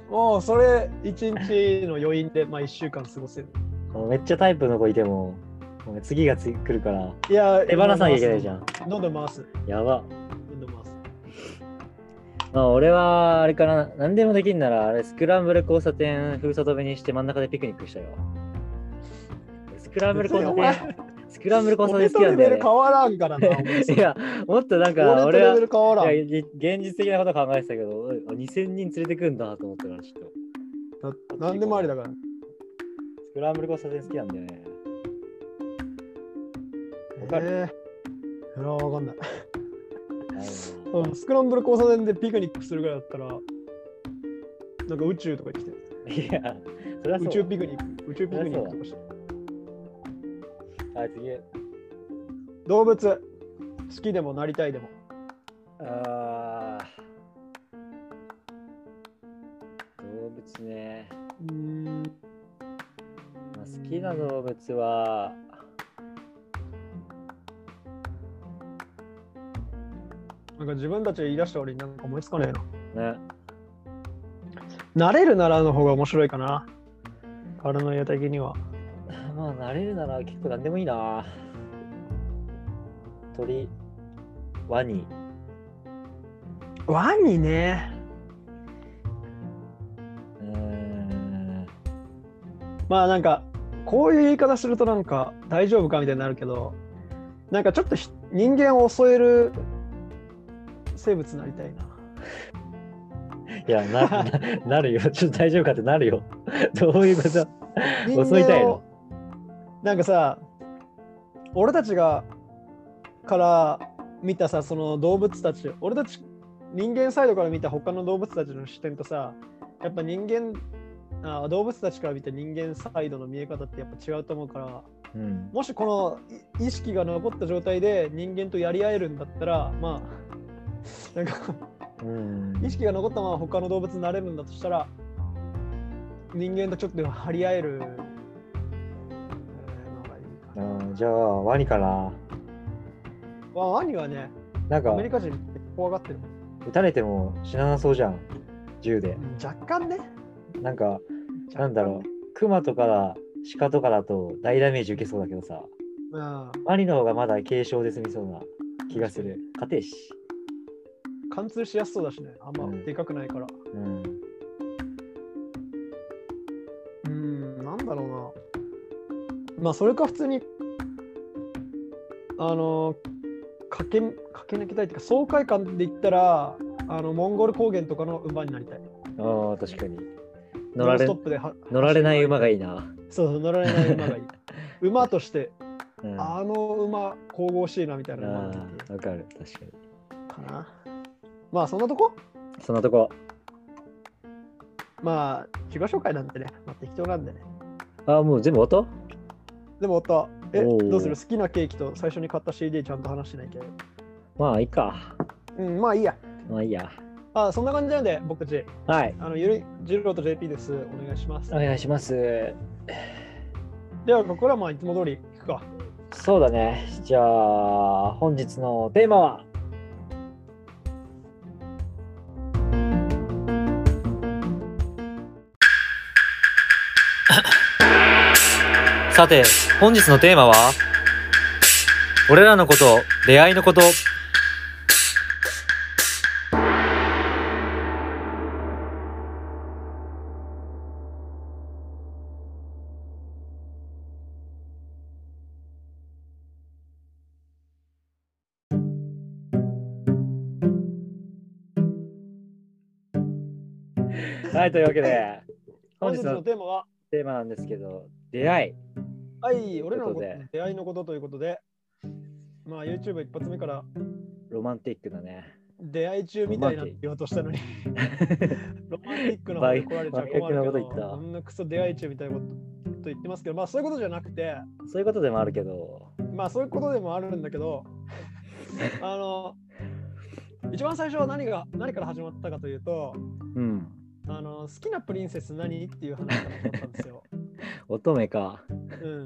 [SPEAKER 1] もうそれ、1日の余韻で、まあ1週間過ごせる。
[SPEAKER 2] もうめっちゃタイプの子いても、もう次がつ来るから、
[SPEAKER 1] いや、
[SPEAKER 2] 手放さなきゃいけないじ
[SPEAKER 1] ゃ
[SPEAKER 2] ゃん。
[SPEAKER 1] ん。どんどん回す。
[SPEAKER 2] やば。
[SPEAKER 1] どんどん回す。
[SPEAKER 2] まあ、俺は、あれかな、何でもできんなら、あれ、スクランブル交差点、封鎖止めにして真ん中でピクニックしたよ。スクランブル交差点、スクランブル交差
[SPEAKER 1] 俺
[SPEAKER 2] 点
[SPEAKER 1] と
[SPEAKER 2] 好きな
[SPEAKER 1] レ
[SPEAKER 2] んだ
[SPEAKER 1] ベ
[SPEAKER 2] よ、
[SPEAKER 1] ル
[SPEAKER 2] ね
[SPEAKER 1] 変。わらんからな。お前そ
[SPEAKER 2] い
[SPEAKER 1] れ
[SPEAKER 2] や、もっとなん
[SPEAKER 1] 俺
[SPEAKER 2] か、
[SPEAKER 1] と
[SPEAKER 2] 俺
[SPEAKER 1] レベ
[SPEAKER 2] は、
[SPEAKER 1] ル変わらん。
[SPEAKER 2] いやい現実的なこと考えてたけど、おいあ2000人連れてくんだと思ったから、ちょっと。
[SPEAKER 1] ななんでもありだから。
[SPEAKER 2] スクランブル交差点好きなんだよね。わかる
[SPEAKER 1] えー、いや、わかんない。
[SPEAKER 2] はい
[SPEAKER 1] うんスクランブル交差点でピクニックするぐらいだったら、なんか宇宙とか行きて。
[SPEAKER 2] いや、それはそう
[SPEAKER 1] 宇
[SPEAKER 2] だ
[SPEAKER 1] 宙ピクニック、宇宙ピクニックとかして。
[SPEAKER 2] はい、次。
[SPEAKER 1] 動物、好きでもなりたいでも。
[SPEAKER 2] あー動物ね。
[SPEAKER 1] うーん、
[SPEAKER 2] まあ、好きな動物は。
[SPEAKER 1] なんか自分たちで言い出した俺になんか思いつかねえ
[SPEAKER 2] ね。
[SPEAKER 1] な。慣れるならの方が面白いかな。体の家的には。
[SPEAKER 2] まあ、慣れるなら結構何でもいいな。鳥、ワニ。
[SPEAKER 1] ワニね。
[SPEAKER 2] うーん。
[SPEAKER 1] まあなんか、こういう言い方するとなんか大丈夫かみたいになるけど、なんかちょっとひ人間を襲える生物になりたいな。
[SPEAKER 2] いや、な、 ななるよ。ちょっと大丈夫かってなるよ。どういうこと
[SPEAKER 1] 人間を
[SPEAKER 2] 襲いたいの
[SPEAKER 1] なんかさ俺たちがから見たさその動物たち俺たち人間サイドから見た他の動物たちの視点とさやっぱ人間あ動物たちから見た人間サイドの見え方ってやっぱ違うと思うから
[SPEAKER 2] うん。
[SPEAKER 1] もしこのい意識が残った状態で人間とやり合えるんだったらまあなんか
[SPEAKER 2] うん。
[SPEAKER 1] 意識が残ったまま他の動物になれるんだとしたら人間とちょっと張り合えるえーのがいいか
[SPEAKER 2] あ
[SPEAKER 1] な
[SPEAKER 2] ーじゃあ、ワニかな。
[SPEAKER 1] わワニはね
[SPEAKER 2] なん
[SPEAKER 1] ア
[SPEAKER 2] か
[SPEAKER 1] メ、リカ人怖がってる、
[SPEAKER 2] 撃たれても死ななそうじゃん。銃で。
[SPEAKER 1] 若干ね
[SPEAKER 2] なんか、
[SPEAKER 1] 若干ね
[SPEAKER 2] なんだろう、クマとか鹿とかだと大ダメージ受けそうだけどさ、
[SPEAKER 1] うん
[SPEAKER 2] ワニの方がまだ軽傷で済みそうな気がする。勝てえし。
[SPEAKER 1] 貫通しやすそうだしねあんま
[SPEAKER 2] うん
[SPEAKER 1] でかくないから
[SPEAKER 2] うん。
[SPEAKER 1] うんなんだろうなまあそれか普通にあの駆け駆け抜けたいっていうか爽快感で言ったらあのモンゴル高原とかの馬になりたい
[SPEAKER 2] ああ、確かに。乗られ
[SPEAKER 1] ノンストップでは
[SPEAKER 2] 乗られない馬が
[SPEAKER 1] いい
[SPEAKER 2] いいな。
[SPEAKER 1] そうそう、乗られない馬 がいい。馬として、
[SPEAKER 2] うん。あ
[SPEAKER 1] あの馬、神々しいなみたい
[SPEAKER 2] あ
[SPEAKER 1] な馬がい
[SPEAKER 2] ー、わかる。確かに。
[SPEAKER 1] いかな。まあ、そんなとこ
[SPEAKER 2] そんなとこ。
[SPEAKER 1] まあ、自己紹介なんてね、まあ、適当なんでね。
[SPEAKER 2] ああ、もう全部終わっ
[SPEAKER 1] でも、夫はえ、
[SPEAKER 2] おー
[SPEAKER 1] どうする好きなケーキと最初に買った CD ちゃんと話しないけど。
[SPEAKER 2] たまあいいか。
[SPEAKER 1] うん、まあいいや。
[SPEAKER 2] まあいいや。
[SPEAKER 1] あそんな感じなんで、僕たち、
[SPEAKER 2] はい。
[SPEAKER 1] あのゆるい、ジローと JP です。お願いします
[SPEAKER 2] お。願いします。
[SPEAKER 1] では、ここらまあいつも通り行くか。
[SPEAKER 2] そうだね。じゃあ、本日のテーマはさて、本日のテーマは俺らのこと、出会いのこと。はい、というわけで、本
[SPEAKER 1] 本日
[SPEAKER 2] 日
[SPEAKER 1] の
[SPEAKER 2] の
[SPEAKER 1] テーマは、
[SPEAKER 2] テーマなんですけど、出会い。
[SPEAKER 1] はい、俺らのこと
[SPEAKER 2] いうこと
[SPEAKER 1] 出会いのことということで、まあ YouTube 一発目から
[SPEAKER 2] ロマンティックだね。
[SPEAKER 1] 出会い中みたいなって言おうとした のに、ロマンティックな方に来られちゃ困るけど、
[SPEAKER 2] 真逆なこと言った
[SPEAKER 1] そんなクソ出会い中みたいなことと言ってますけど、まあそういうことじゃなくて、
[SPEAKER 2] そういうことでもあるけど、
[SPEAKER 1] まあそういうことでもあるんだけ ど、あの、一番最初は何が何から始まったかというと、
[SPEAKER 2] うん、
[SPEAKER 1] あの好きなプリンセス何っていう話から始まったんですよ。
[SPEAKER 2] 乙女か。
[SPEAKER 1] うん。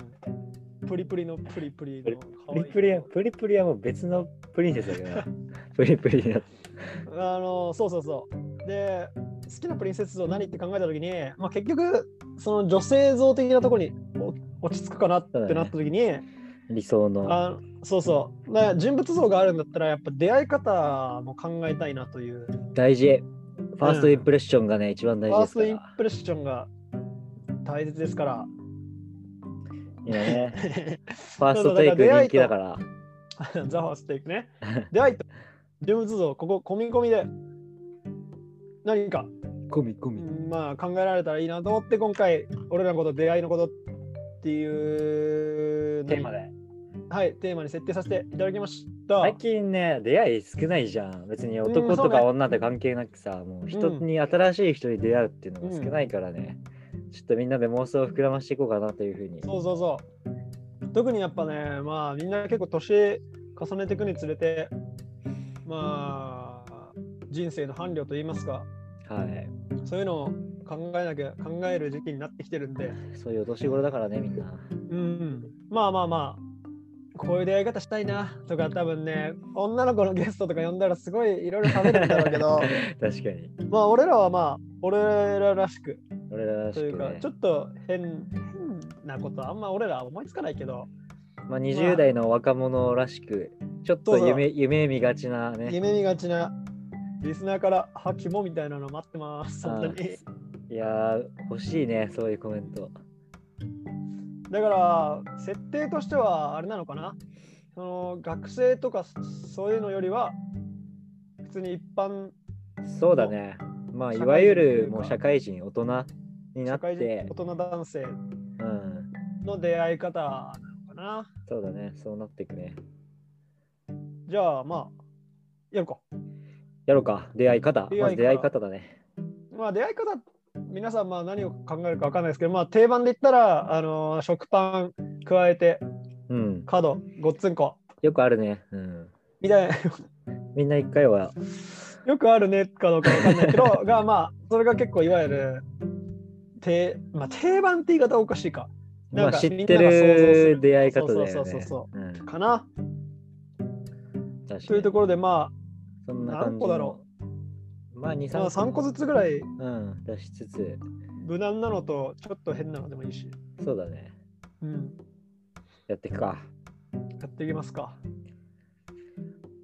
[SPEAKER 1] プリプリのプリプリの
[SPEAKER 2] プ
[SPEAKER 1] 可愛い
[SPEAKER 2] リプリは、プリプリはもう別のプリンセスだけ どな。プリプリだ。
[SPEAKER 1] あのそうそうそう。で好きなプリンセス像何って考えた時に、まあ、結局その女性像的なところにお落ち着くかなってなった時に、
[SPEAKER 2] 理想の。
[SPEAKER 1] あそうそうだから人物像があるんだったらやっぱ出会い方も考えたいなというフ
[SPEAKER 2] 大事。ファーストインプレッションがね、一番大
[SPEAKER 1] ァ
[SPEAKER 2] 事
[SPEAKER 1] ー
[SPEAKER 2] で
[SPEAKER 1] ス
[SPEAKER 2] すか
[SPEAKER 1] トイン
[SPEAKER 2] ら。
[SPEAKER 1] プレッションが大切ですから。
[SPEAKER 2] 今ね、フ
[SPEAKER 1] フ。
[SPEAKER 2] ァーストテイク人気だからら。
[SPEAKER 1] ザ・ファーストテイクね。出会いと人物像、ここ込み込みで何か
[SPEAKER 2] コミコ
[SPEAKER 1] う
[SPEAKER 2] ミ。
[SPEAKER 1] んまあ考えられたらいいなと思って今回俺らのこと出会いのことっていう
[SPEAKER 2] テーマで。
[SPEAKER 1] はいテーマに設定させていただきました、
[SPEAKER 2] 最近ね、出会い少ないじゃん。別に
[SPEAKER 1] う
[SPEAKER 2] 男
[SPEAKER 1] んそう
[SPEAKER 2] と
[SPEAKER 1] ね
[SPEAKER 2] か女と関係なくさ、もう人に新しい人に出会うっていうのが少ないからね。ちょっとみんなで妄想を膨らましていこうかなというふうに。
[SPEAKER 1] そうそうそう特にやっぱねまあみんな結構年重ねていくにつれてまあ人生の伴侶といいますか
[SPEAKER 2] はい。
[SPEAKER 1] そういうのを考えなきゃ考える時期になってきてるんで
[SPEAKER 2] そういうお年頃だからね、みんな。
[SPEAKER 1] うんまあまあまあこういう出会い方したいなとか多分ね女の子のゲストとか呼んだらすごいいろいろ喋るんだろうけど
[SPEAKER 2] 確かに。
[SPEAKER 1] まあ俺らはまあ俺ららしく
[SPEAKER 2] 俺ららし
[SPEAKER 1] という
[SPEAKER 2] く、
[SPEAKER 1] か
[SPEAKER 2] ね
[SPEAKER 1] ちょっと変変なことあんま俺ら思いつかないけど
[SPEAKER 2] まあ、20代の若者らしく、ちょっと
[SPEAKER 1] そうそう
[SPEAKER 2] 夢夢見がちなね。
[SPEAKER 1] 夢見がちなリスナーから「はキモ」みたいなの待ってます本当に
[SPEAKER 2] いやー、欲しいね、そういうコメント。
[SPEAKER 1] だから設定としてはあれなのかなその学生とかそういうのよりは普通に一般
[SPEAKER 2] そうだね。まあ、い
[SPEAKER 1] 社会人
[SPEAKER 2] わゆ
[SPEAKER 1] とい
[SPEAKER 2] る
[SPEAKER 1] うか
[SPEAKER 2] もう社会人、大人にな
[SPEAKER 1] 社
[SPEAKER 2] っ
[SPEAKER 1] 会人
[SPEAKER 2] て
[SPEAKER 1] 大、人男性
[SPEAKER 2] うん、
[SPEAKER 1] の出会い方なのかな。
[SPEAKER 2] そうだね、そうなっていくね。
[SPEAKER 1] じゃあまあ、やるか。
[SPEAKER 2] やろうか、出会い方。
[SPEAKER 1] 出
[SPEAKER 2] ま
[SPEAKER 1] 会い方
[SPEAKER 2] ず出会い方だね。
[SPEAKER 1] まあ出会い方、皆さんまあ何を考えるかわかんないですけど、まあ定番で言ったら、あのー食パン加えて
[SPEAKER 2] うん、
[SPEAKER 1] 角、ごっつんこ。
[SPEAKER 2] よくあるね。うん、
[SPEAKER 1] みたいな、
[SPEAKER 2] みんな一回は、
[SPEAKER 1] よくあるねかどうかわかんないけど、がまあ、それが結構いわゆる、定まあ、定番って言い方はおかしいか。
[SPEAKER 2] ま
[SPEAKER 1] なん
[SPEAKER 2] あ、
[SPEAKER 1] か
[SPEAKER 2] 知っ
[SPEAKER 1] みん
[SPEAKER 2] て
[SPEAKER 1] なが想像す
[SPEAKER 2] る
[SPEAKER 1] る
[SPEAKER 2] 出会い方だよね。。
[SPEAKER 1] そうそうそうそう
[SPEAKER 2] ん、
[SPEAKER 1] かな
[SPEAKER 2] 確
[SPEAKER 1] という
[SPEAKER 2] か
[SPEAKER 1] と
[SPEAKER 2] に。
[SPEAKER 1] ころで、ま
[SPEAKER 2] そんな感じの
[SPEAKER 1] 何個だろ
[SPEAKER 2] まあ、2、
[SPEAKER 1] あ、まあ、3
[SPEAKER 2] 3
[SPEAKER 1] 個ずつぐらい
[SPEAKER 2] うん、出しつつ、
[SPEAKER 1] 無難なのと、ちょっと変なのでもいいし、
[SPEAKER 2] そうだね。
[SPEAKER 1] うん、
[SPEAKER 2] やっていくか。
[SPEAKER 1] やっていきますか。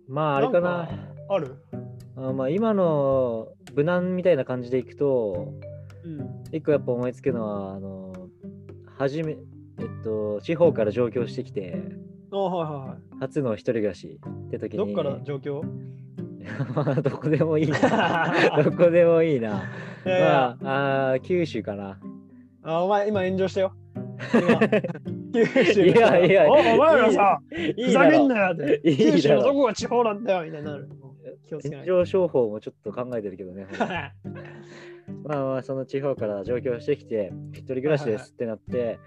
[SPEAKER 2] まあ、あれかな。
[SPEAKER 1] ある
[SPEAKER 2] あまあ、今の無難みたいな感じでいくと、
[SPEAKER 1] うん。
[SPEAKER 2] 一個やっぱ思いつくのは、あの、はじめ、えっと、地方から上京してきて、
[SPEAKER 1] あはいはいはい。
[SPEAKER 2] 初の一人暮らしって時に。
[SPEAKER 1] どっから状況
[SPEAKER 2] ま あ、どこでもいい な。どこでもいいな。
[SPEAKER 1] いやいや
[SPEAKER 2] まあ、あー九州かな。
[SPEAKER 1] あお前今炎上し たよ。今九州
[SPEAKER 2] いやいや
[SPEAKER 1] おお前らさ、
[SPEAKER 2] いい
[SPEAKER 1] ふざ
[SPEAKER 2] だ
[SPEAKER 1] け
[SPEAKER 2] ろ
[SPEAKER 1] んなよって。
[SPEAKER 2] いいだろ
[SPEAKER 1] 九州のどこが地方なんだよみたいになる。もう気をつけな
[SPEAKER 2] 炎
[SPEAKER 1] いと。
[SPEAKER 2] 上商法もちょっと考えてるけどね。まあまあ、その地方から上京してきて、一人暮らしですってなって、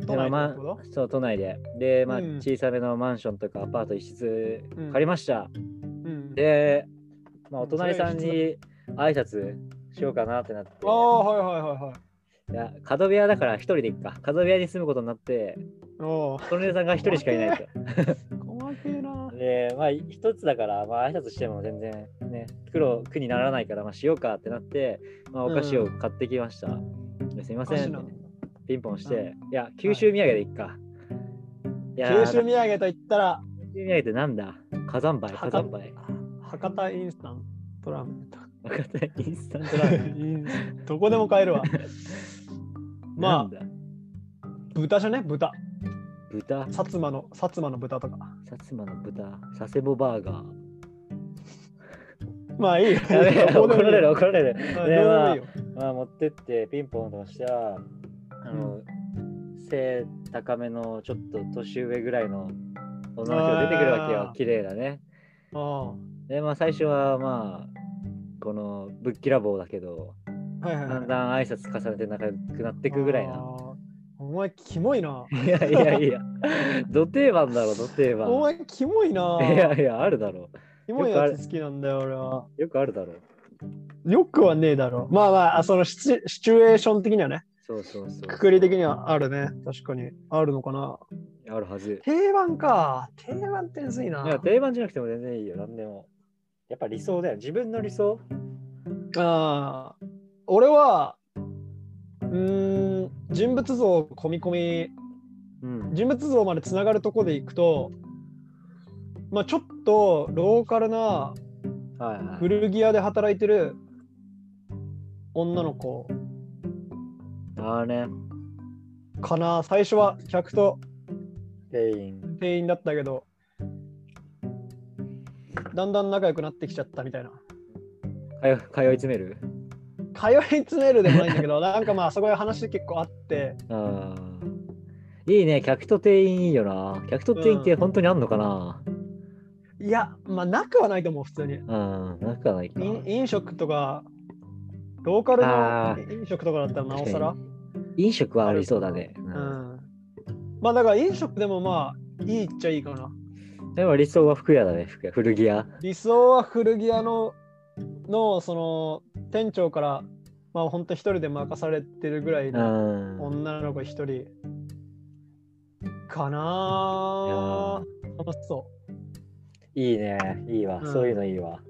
[SPEAKER 1] 都
[SPEAKER 2] で
[SPEAKER 1] 内
[SPEAKER 2] ま
[SPEAKER 1] の
[SPEAKER 2] あ
[SPEAKER 1] こと
[SPEAKER 2] そう都内でで、まあ
[SPEAKER 1] うん
[SPEAKER 2] 小さめのマンションとかアパート一室
[SPEAKER 1] うん
[SPEAKER 2] 借りました、
[SPEAKER 1] うん。
[SPEAKER 2] で、まあ、
[SPEAKER 1] う
[SPEAKER 2] お
[SPEAKER 1] ん
[SPEAKER 2] 隣さん
[SPEAKER 1] そ
[SPEAKER 2] に挨拶しようかなってなって、
[SPEAKER 1] ああ、はいはいはいはい
[SPEAKER 2] や角部屋だから一人で行くか角部屋に住むことになって
[SPEAKER 1] い。おお。
[SPEAKER 2] お隣さんが一人しかいないと
[SPEAKER 1] 細けえな。
[SPEAKER 2] でまあ一つだから、まあ挨拶しても全然ね苦労苦にならないから、まあ、しようかってなって、まあ、お菓子を買ってきました、ですいませ
[SPEAKER 1] お菓子
[SPEAKER 2] ん
[SPEAKER 1] なの
[SPEAKER 2] ピンポンして、いや九州土産で行くか、いや
[SPEAKER 1] 九州土産と言ったら、
[SPEAKER 2] 九州土産ってなんだ火山灰火
[SPEAKER 1] 博
[SPEAKER 2] 山灰
[SPEAKER 1] 博多インスタントラーメンとか。
[SPEAKER 2] 博多インスタントラーメン
[SPEAKER 1] どこでも買え るわ。
[SPEAKER 2] な
[SPEAKER 1] ま
[SPEAKER 2] んだ
[SPEAKER 1] あ、豚じゃね豚。
[SPEAKER 2] 豚
[SPEAKER 1] 薩摩の、薩摩の豚とか。
[SPEAKER 2] 薩摩の豚佐世保バー ガー
[SPEAKER 1] まあいいよ。
[SPEAKER 2] やべえ
[SPEAKER 1] どこ
[SPEAKER 2] 怒
[SPEAKER 1] でもい
[SPEAKER 2] られ
[SPEAKER 1] いよ
[SPEAKER 2] る怒られる
[SPEAKER 1] はい
[SPEAKER 2] ね
[SPEAKER 1] ど
[SPEAKER 2] ま
[SPEAKER 1] うでもい
[SPEAKER 2] あ
[SPEAKER 1] いよ
[SPEAKER 2] まあ、持ってってピンポンと押したらあの、背高めのちょっと年上ぐらいの女の人が出てくるわけ
[SPEAKER 1] あ
[SPEAKER 2] よ
[SPEAKER 1] ー
[SPEAKER 2] 綺麗だね
[SPEAKER 1] あ
[SPEAKER 2] でまあ最初はまあこのぶっきらぼうだけど
[SPEAKER 1] あ。はいはいは
[SPEAKER 2] だ
[SPEAKER 1] い。
[SPEAKER 2] んだん挨拶重ねて仲良くなっていくぐらい
[SPEAKER 1] あ
[SPEAKER 2] な
[SPEAKER 1] ー。お前、キモいな。
[SPEAKER 2] いやいやいやど定番だろど定番
[SPEAKER 1] お前、キモい な。
[SPEAKER 2] いやいやあるだろ
[SPEAKER 1] キモいやつ好きなんだよ、俺は。
[SPEAKER 2] よくあるだろ
[SPEAKER 1] よくはねえだろ。まあまあ、そのシチュシチュエーション的にはね、
[SPEAKER 2] そうそうそう
[SPEAKER 1] くくり的にはあるね。確かに。あるのかな。
[SPEAKER 2] あるはず
[SPEAKER 1] 定番か。定番ってむずいな。
[SPEAKER 2] いや定番じゃなくても全然いいよ何でもやっぱ理想だよ自分の理想
[SPEAKER 1] あー俺は、うーん、人物像込み込み
[SPEAKER 2] うん
[SPEAKER 1] 人物像までつながるとこでいくと、まあ、ちょっとローカルな
[SPEAKER 2] はいはい
[SPEAKER 1] 古着屋で働いてる女の子
[SPEAKER 2] ああね
[SPEAKER 1] かな最初は客と
[SPEAKER 2] 店員
[SPEAKER 1] 店員だったけどだんだん仲良くなってきちゃったみたいな
[SPEAKER 2] 通い通い詰める
[SPEAKER 1] 通い詰めるでもないんだけ どなんかまあそこで話結構あって
[SPEAKER 2] ああいいね客と店員いいよな客と店員って本当にあんのかな、
[SPEAKER 1] いやまあなくはないと思う普通に
[SPEAKER 2] うん、なくはないか
[SPEAKER 1] 飲飲食とかローカル
[SPEAKER 2] あ
[SPEAKER 1] の飲食とかだったらなおさら
[SPEAKER 2] 飲食はありそうだね、う
[SPEAKER 1] うんんまあだから飲食でもまあいいっちゃいいかな。
[SPEAKER 2] でも理想は服屋だね服屋古着屋
[SPEAKER 1] 理想は古着屋ののその店長からまあ本当一人で任されてるぐらいうの
[SPEAKER 2] ん
[SPEAKER 1] 女の子一人かなぁ楽しそ
[SPEAKER 2] いいねいいわ、
[SPEAKER 1] うん
[SPEAKER 2] そういうのいいわ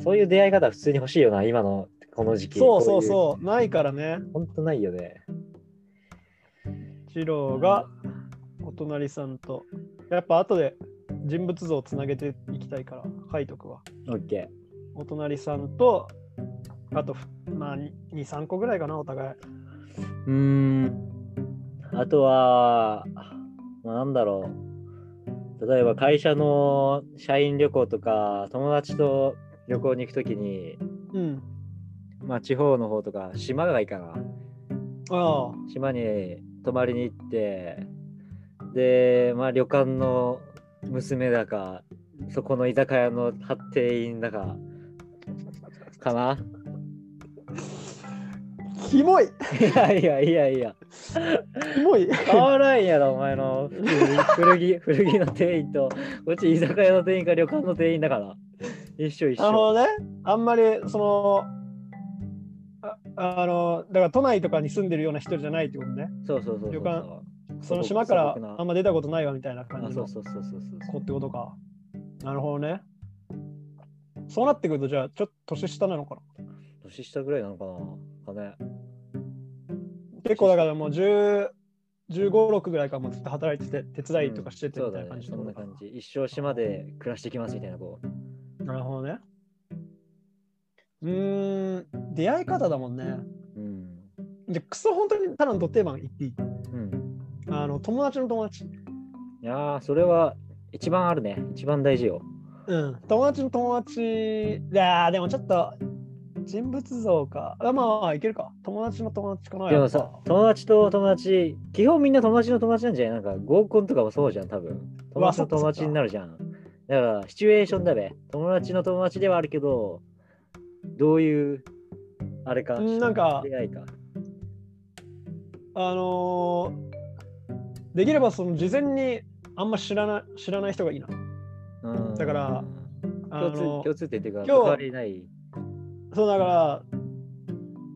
[SPEAKER 2] そういう出会い方普通に欲しいよな今のこの時
[SPEAKER 1] う
[SPEAKER 2] 期
[SPEAKER 1] そうそう
[SPEAKER 2] こ
[SPEAKER 1] そうないからね
[SPEAKER 2] ういう本当ないよね
[SPEAKER 1] 次郎がお隣さんとやっぱ後で人物像をつなげていきたいから書いとくわ
[SPEAKER 2] オッケ
[SPEAKER 1] お隣さんとあとふまあ23個ぐらいかなお互い
[SPEAKER 2] ーうーんあとは、まあ、なんだろう例えば会社の社員旅行とか友達と旅行に行くときに
[SPEAKER 1] うん
[SPEAKER 2] まあ地方の方とか島がいいかな
[SPEAKER 1] ああ
[SPEAKER 2] 島に泊まりに行ってでまあ旅館の娘だかそこの居酒屋の発店員だかかな
[SPEAKER 1] キモい
[SPEAKER 2] いやいやいやいや
[SPEAKER 1] キモい
[SPEAKER 2] 変わらんやろお前の服古着古着の店員とこっち居酒屋の店員か旅館の店員だから一緒一
[SPEAKER 1] あ
[SPEAKER 2] 緒
[SPEAKER 1] のね、あんまりそのあ、あの、だから都内とかに住んでるような人じゃないってことね。
[SPEAKER 2] そうそうそうそうそ
[SPEAKER 1] 旅
[SPEAKER 2] う
[SPEAKER 1] 館その島から
[SPEAKER 2] 素朴な
[SPEAKER 1] あんま出たことないわみたいな感
[SPEAKER 2] あ
[SPEAKER 1] じ
[SPEAKER 2] そ
[SPEAKER 1] の
[SPEAKER 2] うそうそうそうそう
[SPEAKER 1] 子ってことか。なるほどね。そうなってくると、じゃあ、ちょっと年下なのかな。
[SPEAKER 2] 年下ぐらいなのかなかね
[SPEAKER 1] 結構だからもう10 15、6ぐらいからもうずっと働いてて、手伝いとかしてて
[SPEAKER 2] うんそう
[SPEAKER 1] みた
[SPEAKER 2] だ
[SPEAKER 1] いな感
[SPEAKER 2] ね
[SPEAKER 1] じ
[SPEAKER 2] そ
[SPEAKER 1] の
[SPEAKER 2] ん
[SPEAKER 1] こ
[SPEAKER 2] な
[SPEAKER 1] とか
[SPEAKER 2] 感じ一生島で暮らしてきますみたいなこう
[SPEAKER 1] なるほどね。うーん、出会い方だもんね。
[SPEAKER 2] うん
[SPEAKER 1] で、クソ本当にただのド定番言っていい
[SPEAKER 2] うん
[SPEAKER 1] あの、友達の友達。
[SPEAKER 2] いやーそれは一番あるね一番大事よ
[SPEAKER 1] うん、友達の友達、いやーでもちょっと人物像か。あまあまあ、いけるか。友達の友達かな。
[SPEAKER 2] で
[SPEAKER 1] や
[SPEAKER 2] も
[SPEAKER 1] っぱ
[SPEAKER 2] さ、友達と友達、基本みんな友達の友達なんじゃないなんか合コンとかもそうじゃん、多分。
[SPEAKER 1] う
[SPEAKER 2] 友
[SPEAKER 1] わ
[SPEAKER 2] 達
[SPEAKER 1] そ
[SPEAKER 2] の
[SPEAKER 1] っか
[SPEAKER 2] 友達になるじゃん。だから、シチュエーションだべ。友達の友達ではあるけど、どういう、あれか、
[SPEAKER 1] うんなんか
[SPEAKER 2] 出会いか。
[SPEAKER 1] あのーできればその事前にあんま知らな知らない人がいいな。
[SPEAKER 2] うん
[SPEAKER 1] だから、あ
[SPEAKER 2] 共通
[SPEAKER 1] の
[SPEAKER 2] 共通点っていうか、
[SPEAKER 1] 今日
[SPEAKER 2] 関わりない。
[SPEAKER 1] そうだから、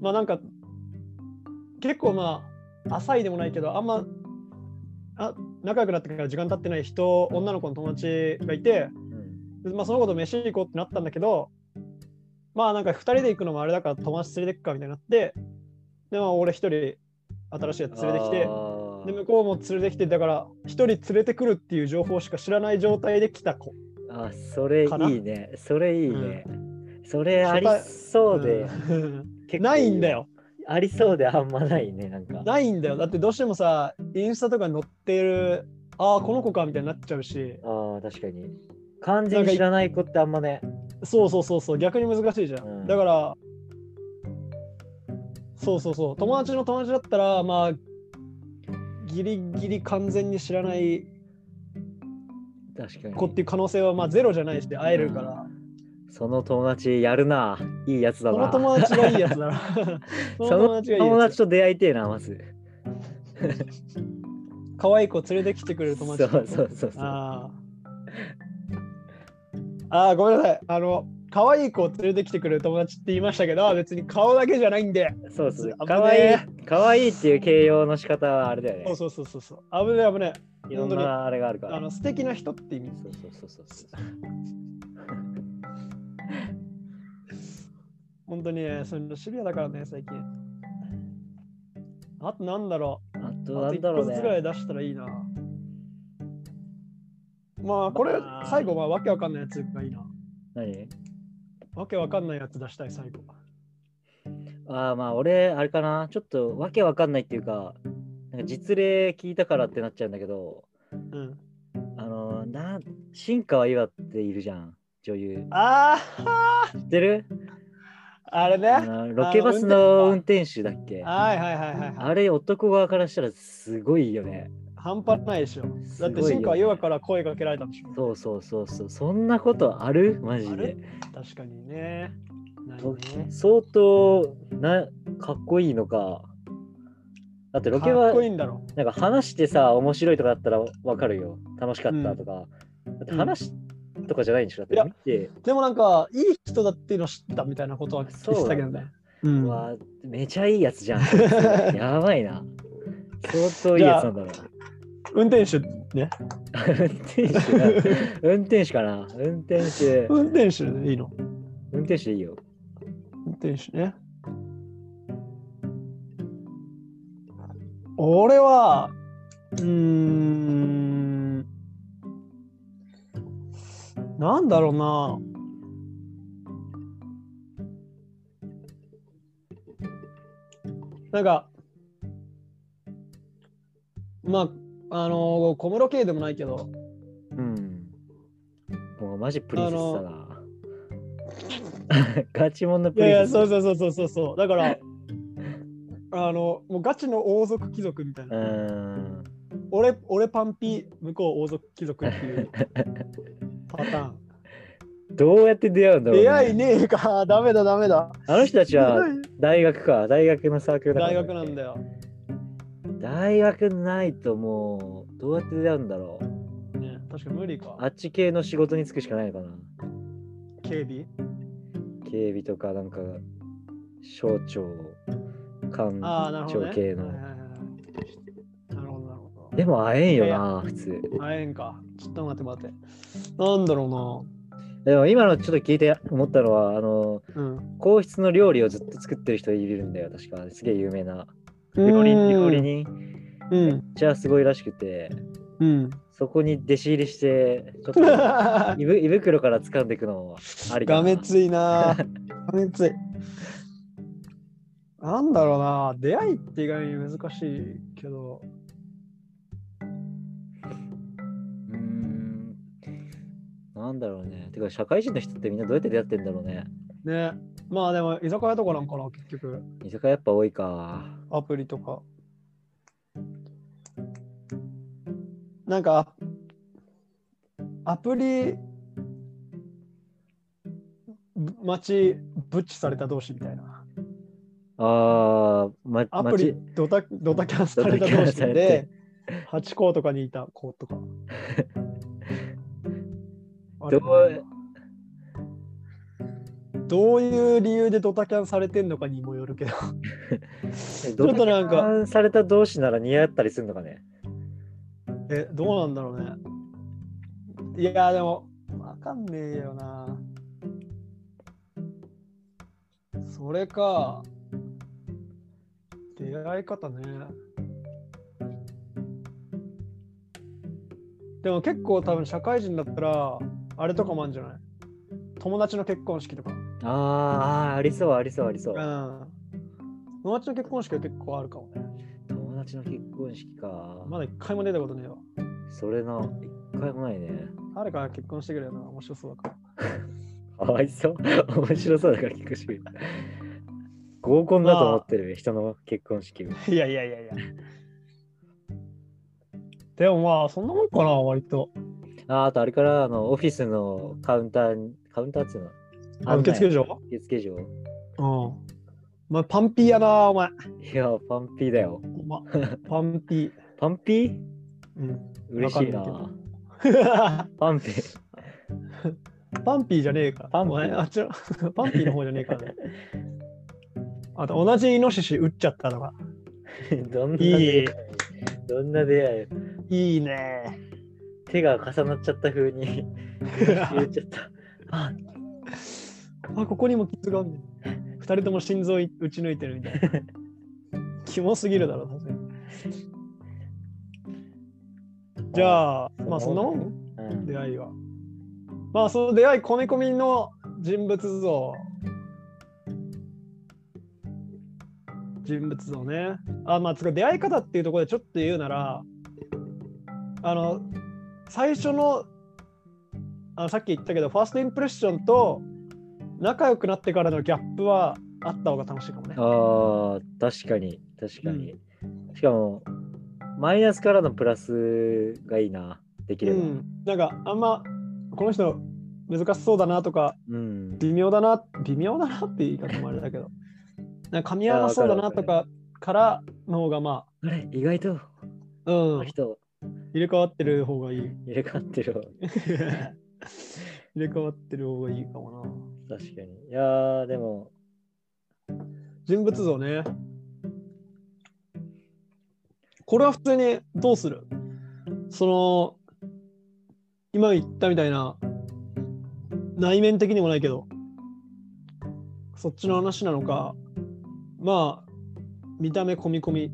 [SPEAKER 1] まあなんか、結構まあ、浅いでもないけど、あんまあ仲良くなってから時間経ってない人、女の子の友達がいて、
[SPEAKER 2] うん
[SPEAKER 1] でまあ、その子と飯行こうってなったんだけど、まあなんか2人で行くのもあれだから友達連れてくかみたいになって、で、まあ俺1人新しいやつ連れてきて
[SPEAKER 2] あ、ー
[SPEAKER 1] で、向こうも連れてきて、だから1人連れてくるっていう情報しか知らない状態で来た子。
[SPEAKER 2] あ、それ
[SPEAKER 1] かない
[SPEAKER 2] いね。それいいね。それありそうで、
[SPEAKER 1] うん
[SPEAKER 2] 結構
[SPEAKER 1] ないんだ。よ。
[SPEAKER 2] ありそうであんまないね、なんか。
[SPEAKER 1] ないんだよ。だってどうしてもさ、インスタとかに載ってる、ああ、この子かみたいになっちゃうし、
[SPEAKER 2] ああ、確かに。完全に知らない子ってあんまね。
[SPEAKER 1] そうそうそうそう、逆に難しいじゃん。
[SPEAKER 2] うん
[SPEAKER 1] だから、そうそうそう友達の友達だったらまあギリギリ完全に知らない
[SPEAKER 2] 確かに。
[SPEAKER 1] 子っていう可能性はまあゼロじゃないし会えるから、
[SPEAKER 2] その友達やるな。いいやつだ
[SPEAKER 1] その
[SPEAKER 2] な。
[SPEAKER 1] 友達がいいやつ だなその 友達がいい
[SPEAKER 2] 友
[SPEAKER 1] や
[SPEAKER 2] 達
[SPEAKER 1] つ
[SPEAKER 2] と出会いてえな、まず。
[SPEAKER 1] 可愛い子連れてきてくれる
[SPEAKER 2] そ
[SPEAKER 1] 友
[SPEAKER 2] う
[SPEAKER 1] 達
[SPEAKER 2] そうそうそう。
[SPEAKER 1] あーあーごめんなさいあの可愛い子を連れてきてくれる友達って言いましたけど別に顔だけじゃないんで
[SPEAKER 2] そうそう。
[SPEAKER 1] 危ねえ
[SPEAKER 2] かわいい。かわいいっていう形容の仕方はあれだよね。
[SPEAKER 1] そうそうそうそうそう危ねえ危ねえ
[SPEAKER 2] いろん
[SPEAKER 1] 本当に
[SPEAKER 2] なあれがあるから。
[SPEAKER 1] あの素敵な人って意味
[SPEAKER 2] そうそうそうそうそう。
[SPEAKER 1] 本当にねそういうのシビアだからね最近あとなんだろ
[SPEAKER 2] あ
[SPEAKER 1] う
[SPEAKER 2] となんだ
[SPEAKER 1] あと
[SPEAKER 2] ろ
[SPEAKER 1] 一
[SPEAKER 2] う
[SPEAKER 1] 個ずつぐら
[SPEAKER 2] ね。
[SPEAKER 1] い出したらいいなまあこれ
[SPEAKER 2] まあ
[SPEAKER 1] 最後はわけわかんないやつがいいな
[SPEAKER 2] 何
[SPEAKER 1] わけわかんないやつ出したい最後
[SPEAKER 2] ああまあ俺、あれかな。ちょっとわけわかんないっていうか、なんか実例聞いたからってなっちゃうんだけど、
[SPEAKER 1] うん
[SPEAKER 2] あの、な、新川岩っているじゃん。女優。
[SPEAKER 1] ああ
[SPEAKER 2] 知ってる
[SPEAKER 1] あれね
[SPEAKER 2] あ
[SPEAKER 1] はい
[SPEAKER 2] のロケバスの運転手だっけ
[SPEAKER 1] はいはいはいはい
[SPEAKER 2] あれ男側からしたらすごいよね。
[SPEAKER 1] 半端ないでしょ
[SPEAKER 2] す
[SPEAKER 1] だ
[SPEAKER 2] ご
[SPEAKER 1] っ
[SPEAKER 2] い
[SPEAKER 1] て
[SPEAKER 2] よ
[SPEAKER 1] 新川優愛から声かけられたんでしょ
[SPEAKER 2] そうそうそうそう。そんなことあるマジで
[SPEAKER 1] ある。確かにねない
[SPEAKER 2] と
[SPEAKER 1] ね
[SPEAKER 2] 相当なかっこいいのか。だってロケ
[SPEAKER 1] かっ
[SPEAKER 2] は
[SPEAKER 1] こいいんだろ
[SPEAKER 2] なんか話してさ面白いとかだったらわかるよ。楽しかったとか。だって話とかじゃないんでしょ。だって見て、
[SPEAKER 1] でもなんかいい人だっていうの知ったみたいなことは聞いてたけどねうん
[SPEAKER 2] うわめちゃいいやつじゃん。そいつやばいな。相当いいやつなんだろう。
[SPEAKER 1] 運転手ね
[SPEAKER 2] 運転手な 運転手かな運転手
[SPEAKER 1] 運転手でいいの
[SPEAKER 2] 運転手でいいよ
[SPEAKER 1] 運転手ね俺はうーんなんだろうななんかまああの小室圭でもないけど
[SPEAKER 2] うんもうマジプリンセスだなガチモンの
[SPEAKER 1] い
[SPEAKER 2] プ
[SPEAKER 1] やい
[SPEAKER 2] リン
[SPEAKER 1] や、
[SPEAKER 2] セス
[SPEAKER 1] そうそうそうそうそうそう。だから、あの、もうガチの王族貴族みたいうな。
[SPEAKER 2] ーん
[SPEAKER 1] 俺、俺パンピ、向こう王族貴族って いうパターン。
[SPEAKER 2] どうやって出会うんだろう、
[SPEAKER 1] 出会いねえか、ダメだダメだ。
[SPEAKER 2] あの人たちは大学か大学のサークルだから
[SPEAKER 1] 大学なんだよ。
[SPEAKER 2] 大学ないともうどうやって出会うんだろう
[SPEAKER 1] ね、確か無理か。
[SPEAKER 2] あっち系の仕事に就くしかないのかな
[SPEAKER 1] 警備
[SPEAKER 2] 警備とかなんか省庁官
[SPEAKER 1] ああ、なるほ
[SPEAKER 2] 庁
[SPEAKER 1] ど、ね。
[SPEAKER 2] 系の、
[SPEAKER 1] はいはいはいはいなるほど、なるほ
[SPEAKER 2] でも会えんよ
[SPEAKER 1] いやい
[SPEAKER 2] な普通
[SPEAKER 1] ど。あえんか。ちょっと待って待って。なんだろ
[SPEAKER 2] でも今のちょっと聞いて思ったのは、あの、
[SPEAKER 1] うな。うん。
[SPEAKER 2] 皇室の料理をずっと作ってる人いるんだよ、確か。すげえ有名な。料理料理人
[SPEAKER 1] うん。
[SPEAKER 2] じゃあすごいらしくて、
[SPEAKER 1] うん。
[SPEAKER 2] そこに弟子入りして、ちょっと 胃ぶ胃袋から掴んでいくのもありかな。
[SPEAKER 1] がめついなぁ。がめつい。なんだろうなぁ。出会いって意外に難しいけど。
[SPEAKER 2] うーん。なんだろうね。てか、社会人の人ってみんなどうやって出会ってんだろうね。
[SPEAKER 1] ね。まあでも、居酒屋とかなんかな、結局。
[SPEAKER 2] 居酒屋やっぱ多いか。
[SPEAKER 1] アプリとか。なんか、アプリ、ぶ街、ブッチされた同士みたいな。
[SPEAKER 2] あー、ま、
[SPEAKER 1] アプリ
[SPEAKER 2] 街、
[SPEAKER 1] ドタ、ドタキャンされた同士
[SPEAKER 2] ドタキャンされて
[SPEAKER 1] で、8校とかにいた子 とか。あれ
[SPEAKER 2] どう
[SPEAKER 1] どういう理由でドタキャンされてんのかにもよるけど。
[SPEAKER 2] ド
[SPEAKER 1] ょっとなんか
[SPEAKER 2] タキャンされた同士なら似合ったりするのかね。
[SPEAKER 1] え、どうなんだろうね。いや、でも、わかんねえよな。それか。出会い方ね。でも結構多分社会人だったら、あれとかもあるんじゃない友達の結婚式とか。
[SPEAKER 2] あーあー、ありそう、ありそう、ありそうう。
[SPEAKER 1] ん。友達の結婚式は結構あるかもね。
[SPEAKER 2] 友達の結婚式か。
[SPEAKER 1] まだ一回も出たことねえわ。
[SPEAKER 2] それな、一回もないね。
[SPEAKER 1] 誰かが結婚してくれよな。面白そうだか ら。
[SPEAKER 2] かわいそう。面白そうだから結婚式。合コンだと思ってる、人の結婚式。
[SPEAKER 1] いやいやいやいや。でもまあ、そんなもんかな、割と。
[SPEAKER 2] ああとあれからあのオフィスのカウンターに、カウンターっつうの
[SPEAKER 1] あ受付嬢
[SPEAKER 2] 受付嬢。
[SPEAKER 1] うん。まあ、パンピーやな、お前。
[SPEAKER 2] いや、パンピーだよ。
[SPEAKER 1] ほんま パンピー。
[SPEAKER 2] パンピー
[SPEAKER 1] うん。
[SPEAKER 2] 嬉しいな
[SPEAKER 1] わ。かパ
[SPEAKER 2] パンピー。
[SPEAKER 1] ンピーじゃねえか。
[SPEAKER 2] パンピー
[SPEAKER 1] お前あっちの パンピーの方じゃね えからね。あと、同じイノシシ撃っちゃったのが。
[SPEAKER 2] どんな出
[SPEAKER 1] い
[SPEAKER 2] 会
[SPEAKER 1] い
[SPEAKER 2] いどんな出会い
[SPEAKER 1] いいね。
[SPEAKER 2] 手が重なっちゃった風に 言っちゃ った。あ
[SPEAKER 1] あ、ここにも傷があるねん。二人とも心臓い打ち抜いてるみたいな。キモすぎるだろ、さすがにじゃあ、まあ、そんなもん
[SPEAKER 2] うん
[SPEAKER 1] 出会いは。まあその出会い込み込みの人物像。人物像ね。あまあつうか出会い方っていうところでちょっと言うならあの最初のあさっき言ったけどファーストインプレッションと仲良くなってからのギャップはあった方が楽しいかもね。
[SPEAKER 2] あー確かに確かに、しかもマイナスからのプラスがいいなでき
[SPEAKER 1] う
[SPEAKER 2] れば
[SPEAKER 1] ん、なんかあんまこの人難しそうだなとか
[SPEAKER 2] うん、
[SPEAKER 1] 微妙だな微妙だなっていう言い方もあれだけどなんか噛み合わなそうだなと
[SPEAKER 2] いや
[SPEAKER 1] かからの方がま
[SPEAKER 2] あれ意外と
[SPEAKER 1] あ、
[SPEAKER 2] こ
[SPEAKER 1] う
[SPEAKER 2] の
[SPEAKER 1] ん、
[SPEAKER 2] 人
[SPEAKER 1] 入れ替わってる方がいい
[SPEAKER 2] 入れ替わってるわ
[SPEAKER 1] 入れ替わってる方がいいかもな
[SPEAKER 2] 確かにいやーでも
[SPEAKER 1] 人物像ねこれは普通にどうするその今言ったみたいな内面的にもないけどそっちの話なのかまあ見た目込み込み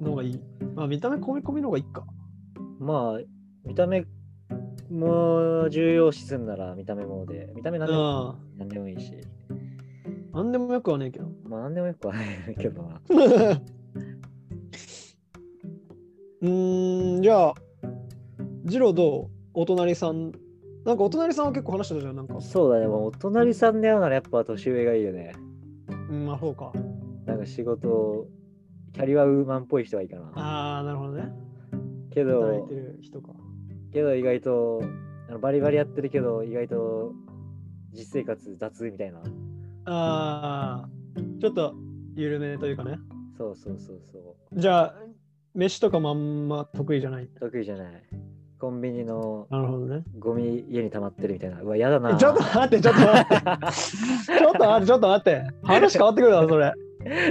[SPEAKER 1] の方がいいまあ見た目込み込みの方がいいか
[SPEAKER 2] まあ見た目も重要視すんなら見た目もで見た目なんでも
[SPEAKER 1] あ
[SPEAKER 2] なんでもいいし
[SPEAKER 1] あなんでもよくはねえけど
[SPEAKER 2] まあなんでもよくはないけどな
[SPEAKER 1] うーんじゃあジローどうお隣さんなんかお隣さんは結構話してたじゃんなんか
[SPEAKER 2] そうだねもうお隣さんで会うならやっぱ年上がいいよね
[SPEAKER 1] うん、まあそうか。
[SPEAKER 2] なんか仕事キャリアウーマンっぽい人がいいかな
[SPEAKER 1] ああ、なるほどね。
[SPEAKER 2] け
[SPEAKER 1] 働い
[SPEAKER 2] ど
[SPEAKER 1] てる人か。
[SPEAKER 2] けど意外とあのバリバリやってるけど意外と実生活雑みたいな
[SPEAKER 1] ああ、ちょっと緩めというかね。
[SPEAKER 2] そうそうそうそ
[SPEAKER 1] じゃあ、飯とかもあんま得意じゃない。
[SPEAKER 2] う得意じゃないコンビニの
[SPEAKER 1] なるほどね。
[SPEAKER 2] ゴミ家に溜まってるみたいなうわやだな
[SPEAKER 1] えちょっと待って、ちょっと待って。ちょっと待って、ちょっと待って。話変わってくるな、それ。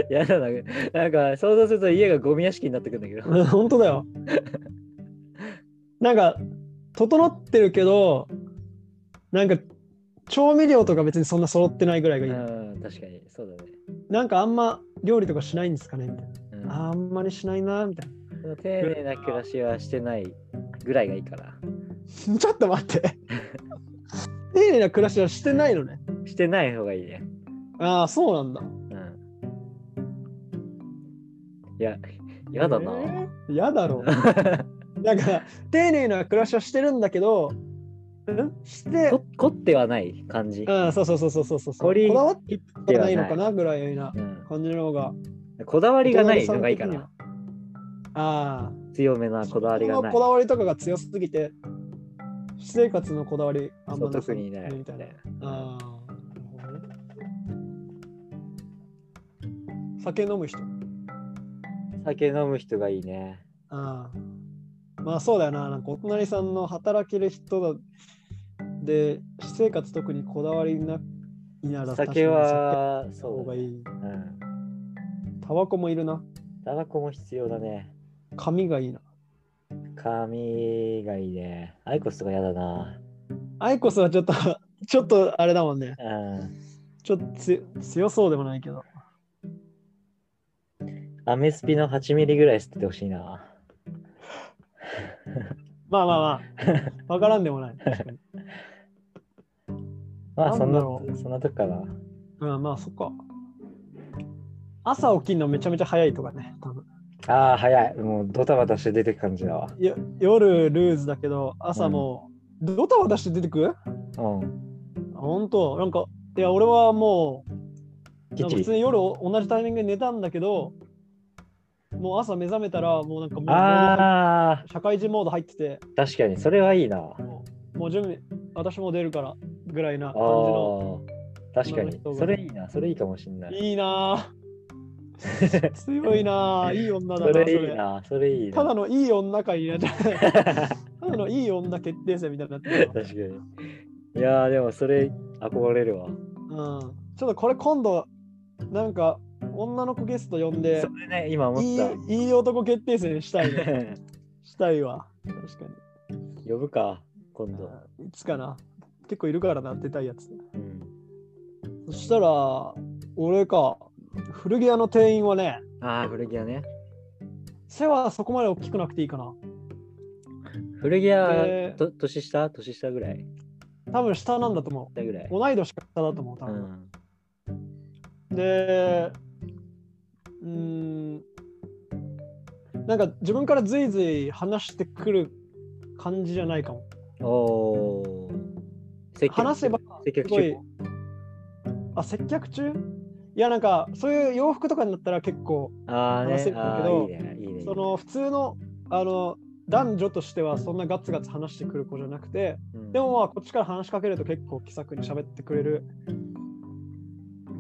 [SPEAKER 2] やだななんか想像すると家がゴミ屋敷になってくるんだけど
[SPEAKER 1] うん本当だよ。なんか、整ってるけど、なんか、調味料とか別にそんな揃ってないぐらいがいい。
[SPEAKER 2] うん確かにそうだね、
[SPEAKER 1] なんかあんま料理とかしないんですかねみたい
[SPEAKER 2] うん
[SPEAKER 1] な。あーあんまりしないな、みたい
[SPEAKER 2] で
[SPEAKER 1] な。
[SPEAKER 2] も丁寧な暮らしはしてないぐらいがいいから
[SPEAKER 1] ちょっと待って。丁寧な暮らしはしてないのね。
[SPEAKER 2] してない方がいいね
[SPEAKER 1] ああ、そうなんだ。
[SPEAKER 2] うんいややだな、
[SPEAKER 1] えー。や だろう。なんか、丁寧な暮らしはしてるんだけど、うんして、
[SPEAKER 2] こ凝ってはない感じ。
[SPEAKER 1] うん、そうそうそうそうそうそう。
[SPEAKER 2] 凝り
[SPEAKER 1] こだわっ
[SPEAKER 2] 切って
[SPEAKER 1] て
[SPEAKER 2] は
[SPEAKER 1] な
[SPEAKER 2] ないい
[SPEAKER 1] のかなぐらいな
[SPEAKER 2] うん
[SPEAKER 1] 感じの方が。
[SPEAKER 2] こだわりがないのがいいか
[SPEAKER 1] お
[SPEAKER 2] な
[SPEAKER 1] 父。あ
[SPEAKER 2] 強めな
[SPEAKER 1] あ。
[SPEAKER 2] こだわりが
[SPEAKER 1] そ
[SPEAKER 2] な
[SPEAKER 1] の
[SPEAKER 2] い
[SPEAKER 1] こ。だわりとかが強すぎて、私生活のこだわりあん
[SPEAKER 2] そ
[SPEAKER 1] ま
[SPEAKER 2] う
[SPEAKER 1] な
[SPEAKER 2] 特にない
[SPEAKER 1] みたいな。ああ。なるほどね酒飲む人。
[SPEAKER 2] 酒飲む人がいいね。
[SPEAKER 1] ああまあそうだよな、なんかお隣さんの働ける人だで、私生活特にこだわりないなら
[SPEAKER 2] 酒は、
[SPEAKER 1] 確かに酒の方
[SPEAKER 2] そう
[SPEAKER 1] が
[SPEAKER 2] だ
[SPEAKER 1] い
[SPEAKER 2] ね。
[SPEAKER 1] い。
[SPEAKER 2] うん
[SPEAKER 1] タバコもいるな。
[SPEAKER 2] タバコも必要だね。
[SPEAKER 1] 髪がいいな。
[SPEAKER 2] 髪がいいね。アイコスとかやだな。
[SPEAKER 1] アイコスはちょっと、ちょっとあれだもんね。
[SPEAKER 2] うん。
[SPEAKER 1] ちょっとつ強そうでもないけど。
[SPEAKER 2] アメスピの8ミリぐらい吸っててほしいな。
[SPEAKER 1] まあまあま あ、わからんでもない。確かに
[SPEAKER 2] まあそんな
[SPEAKER 1] なんだろ、
[SPEAKER 2] そんなとこかな。
[SPEAKER 1] うん、まあそっか。朝起きるのめちゃめちゃ早いとかね、多分
[SPEAKER 2] ああ、早い。もうドタバタして出てく感じだわ。
[SPEAKER 1] よ夜ルーズだけど、朝もう、ドタバタして出てくる
[SPEAKER 2] うん。
[SPEAKER 1] 本当なんかいや俺はもう
[SPEAKER 2] きっち
[SPEAKER 1] 普
[SPEAKER 2] り
[SPEAKER 1] 通。に夜同じタイミングで寝たんだけど、もう朝目覚めたら、もうなんかもう
[SPEAKER 2] ああ、
[SPEAKER 1] 社会人モード入ってて、
[SPEAKER 2] 確かに、それはいいな。あ
[SPEAKER 1] もうもう準備、私もう出るからぐらいな
[SPEAKER 2] あ
[SPEAKER 1] 感じの。
[SPEAKER 2] ー、確かに
[SPEAKER 1] 女の人。が
[SPEAKER 2] それいいな、それいいかもしんない。
[SPEAKER 1] いいなぁ。強いな ぁ。いい女だ
[SPEAKER 2] そ
[SPEAKER 1] なぁ
[SPEAKER 2] れいいな、それいいな。
[SPEAKER 1] ただのいい女会になっち ゃうただのいい女決定戦みたいになってるわ
[SPEAKER 2] 確かに。いやー、でもそれ憧れるわ。
[SPEAKER 1] うんちょっとこれ今度、なんか女の子ゲスト呼んで
[SPEAKER 2] そ、れね、今思
[SPEAKER 1] い
[SPEAKER 2] った。
[SPEAKER 1] いいい男決定戦した いね。したいわ。確か
[SPEAKER 2] 呼ぶか、今度。
[SPEAKER 1] に。いつかな。結構いるからな、出たいやつ。
[SPEAKER 2] うん、
[SPEAKER 1] そしたら、俺か、古着屋の店員はね、
[SPEAKER 2] ああ、古着屋ね。
[SPEAKER 1] 背はそこまで大きくなくていいかな。
[SPEAKER 2] 古着屋
[SPEAKER 1] で、
[SPEAKER 2] と年下年下ぐらい
[SPEAKER 1] 多分下なんだと思。。
[SPEAKER 2] 下ぐらいう
[SPEAKER 1] 同い年か下だと思う、多
[SPEAKER 2] う
[SPEAKER 1] 分。
[SPEAKER 2] ん。
[SPEAKER 1] で、うーん、なんか自分からずいずい話してくる感じじゃないかも。
[SPEAKER 2] おおー。接客
[SPEAKER 1] 話せば、
[SPEAKER 2] 接客
[SPEAKER 1] すごい
[SPEAKER 2] 中。
[SPEAKER 1] あ、接客中いや、なんかそういう洋服とかになったら結構、
[SPEAKER 2] ああね、
[SPEAKER 1] 話せるんだ
[SPEAKER 2] あ
[SPEAKER 1] けど
[SPEAKER 2] ーいいね、いいね。いいね
[SPEAKER 1] そ、の普通の、あの、男女としてはそんなガツガツ話してくる子じゃなくて、
[SPEAKER 2] うん
[SPEAKER 1] でもまあこっちから話しかけると結構気さくに喋ってくれる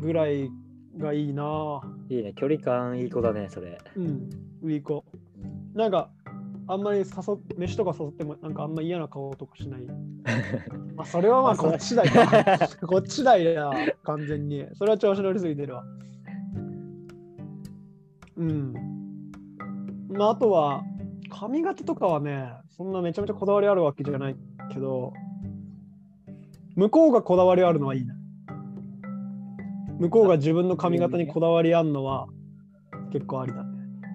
[SPEAKER 1] ぐらいがいいなぁ
[SPEAKER 2] いいね、距離感いい子だね、それ。
[SPEAKER 1] うん、いい子。なんか、あんまり誘っ飯とか誘っても、なんかあんま嫌な顔とかし ない。まあ、それはま
[SPEAKER 2] ま
[SPEAKER 1] あ、
[SPEAKER 2] あそ
[SPEAKER 1] こ
[SPEAKER 2] う
[SPEAKER 1] っちだよ。 こっちだよ、完全に。それは調子乗りすぎてるわ。うん。まあ、あとは、髪型とかはね、そんなめちゃめちゃこだわりあるわけじゃないけど、向こうがこだわりあるのはいいな。向こうが自分の髪型にこだわりあるのは結構ありだね。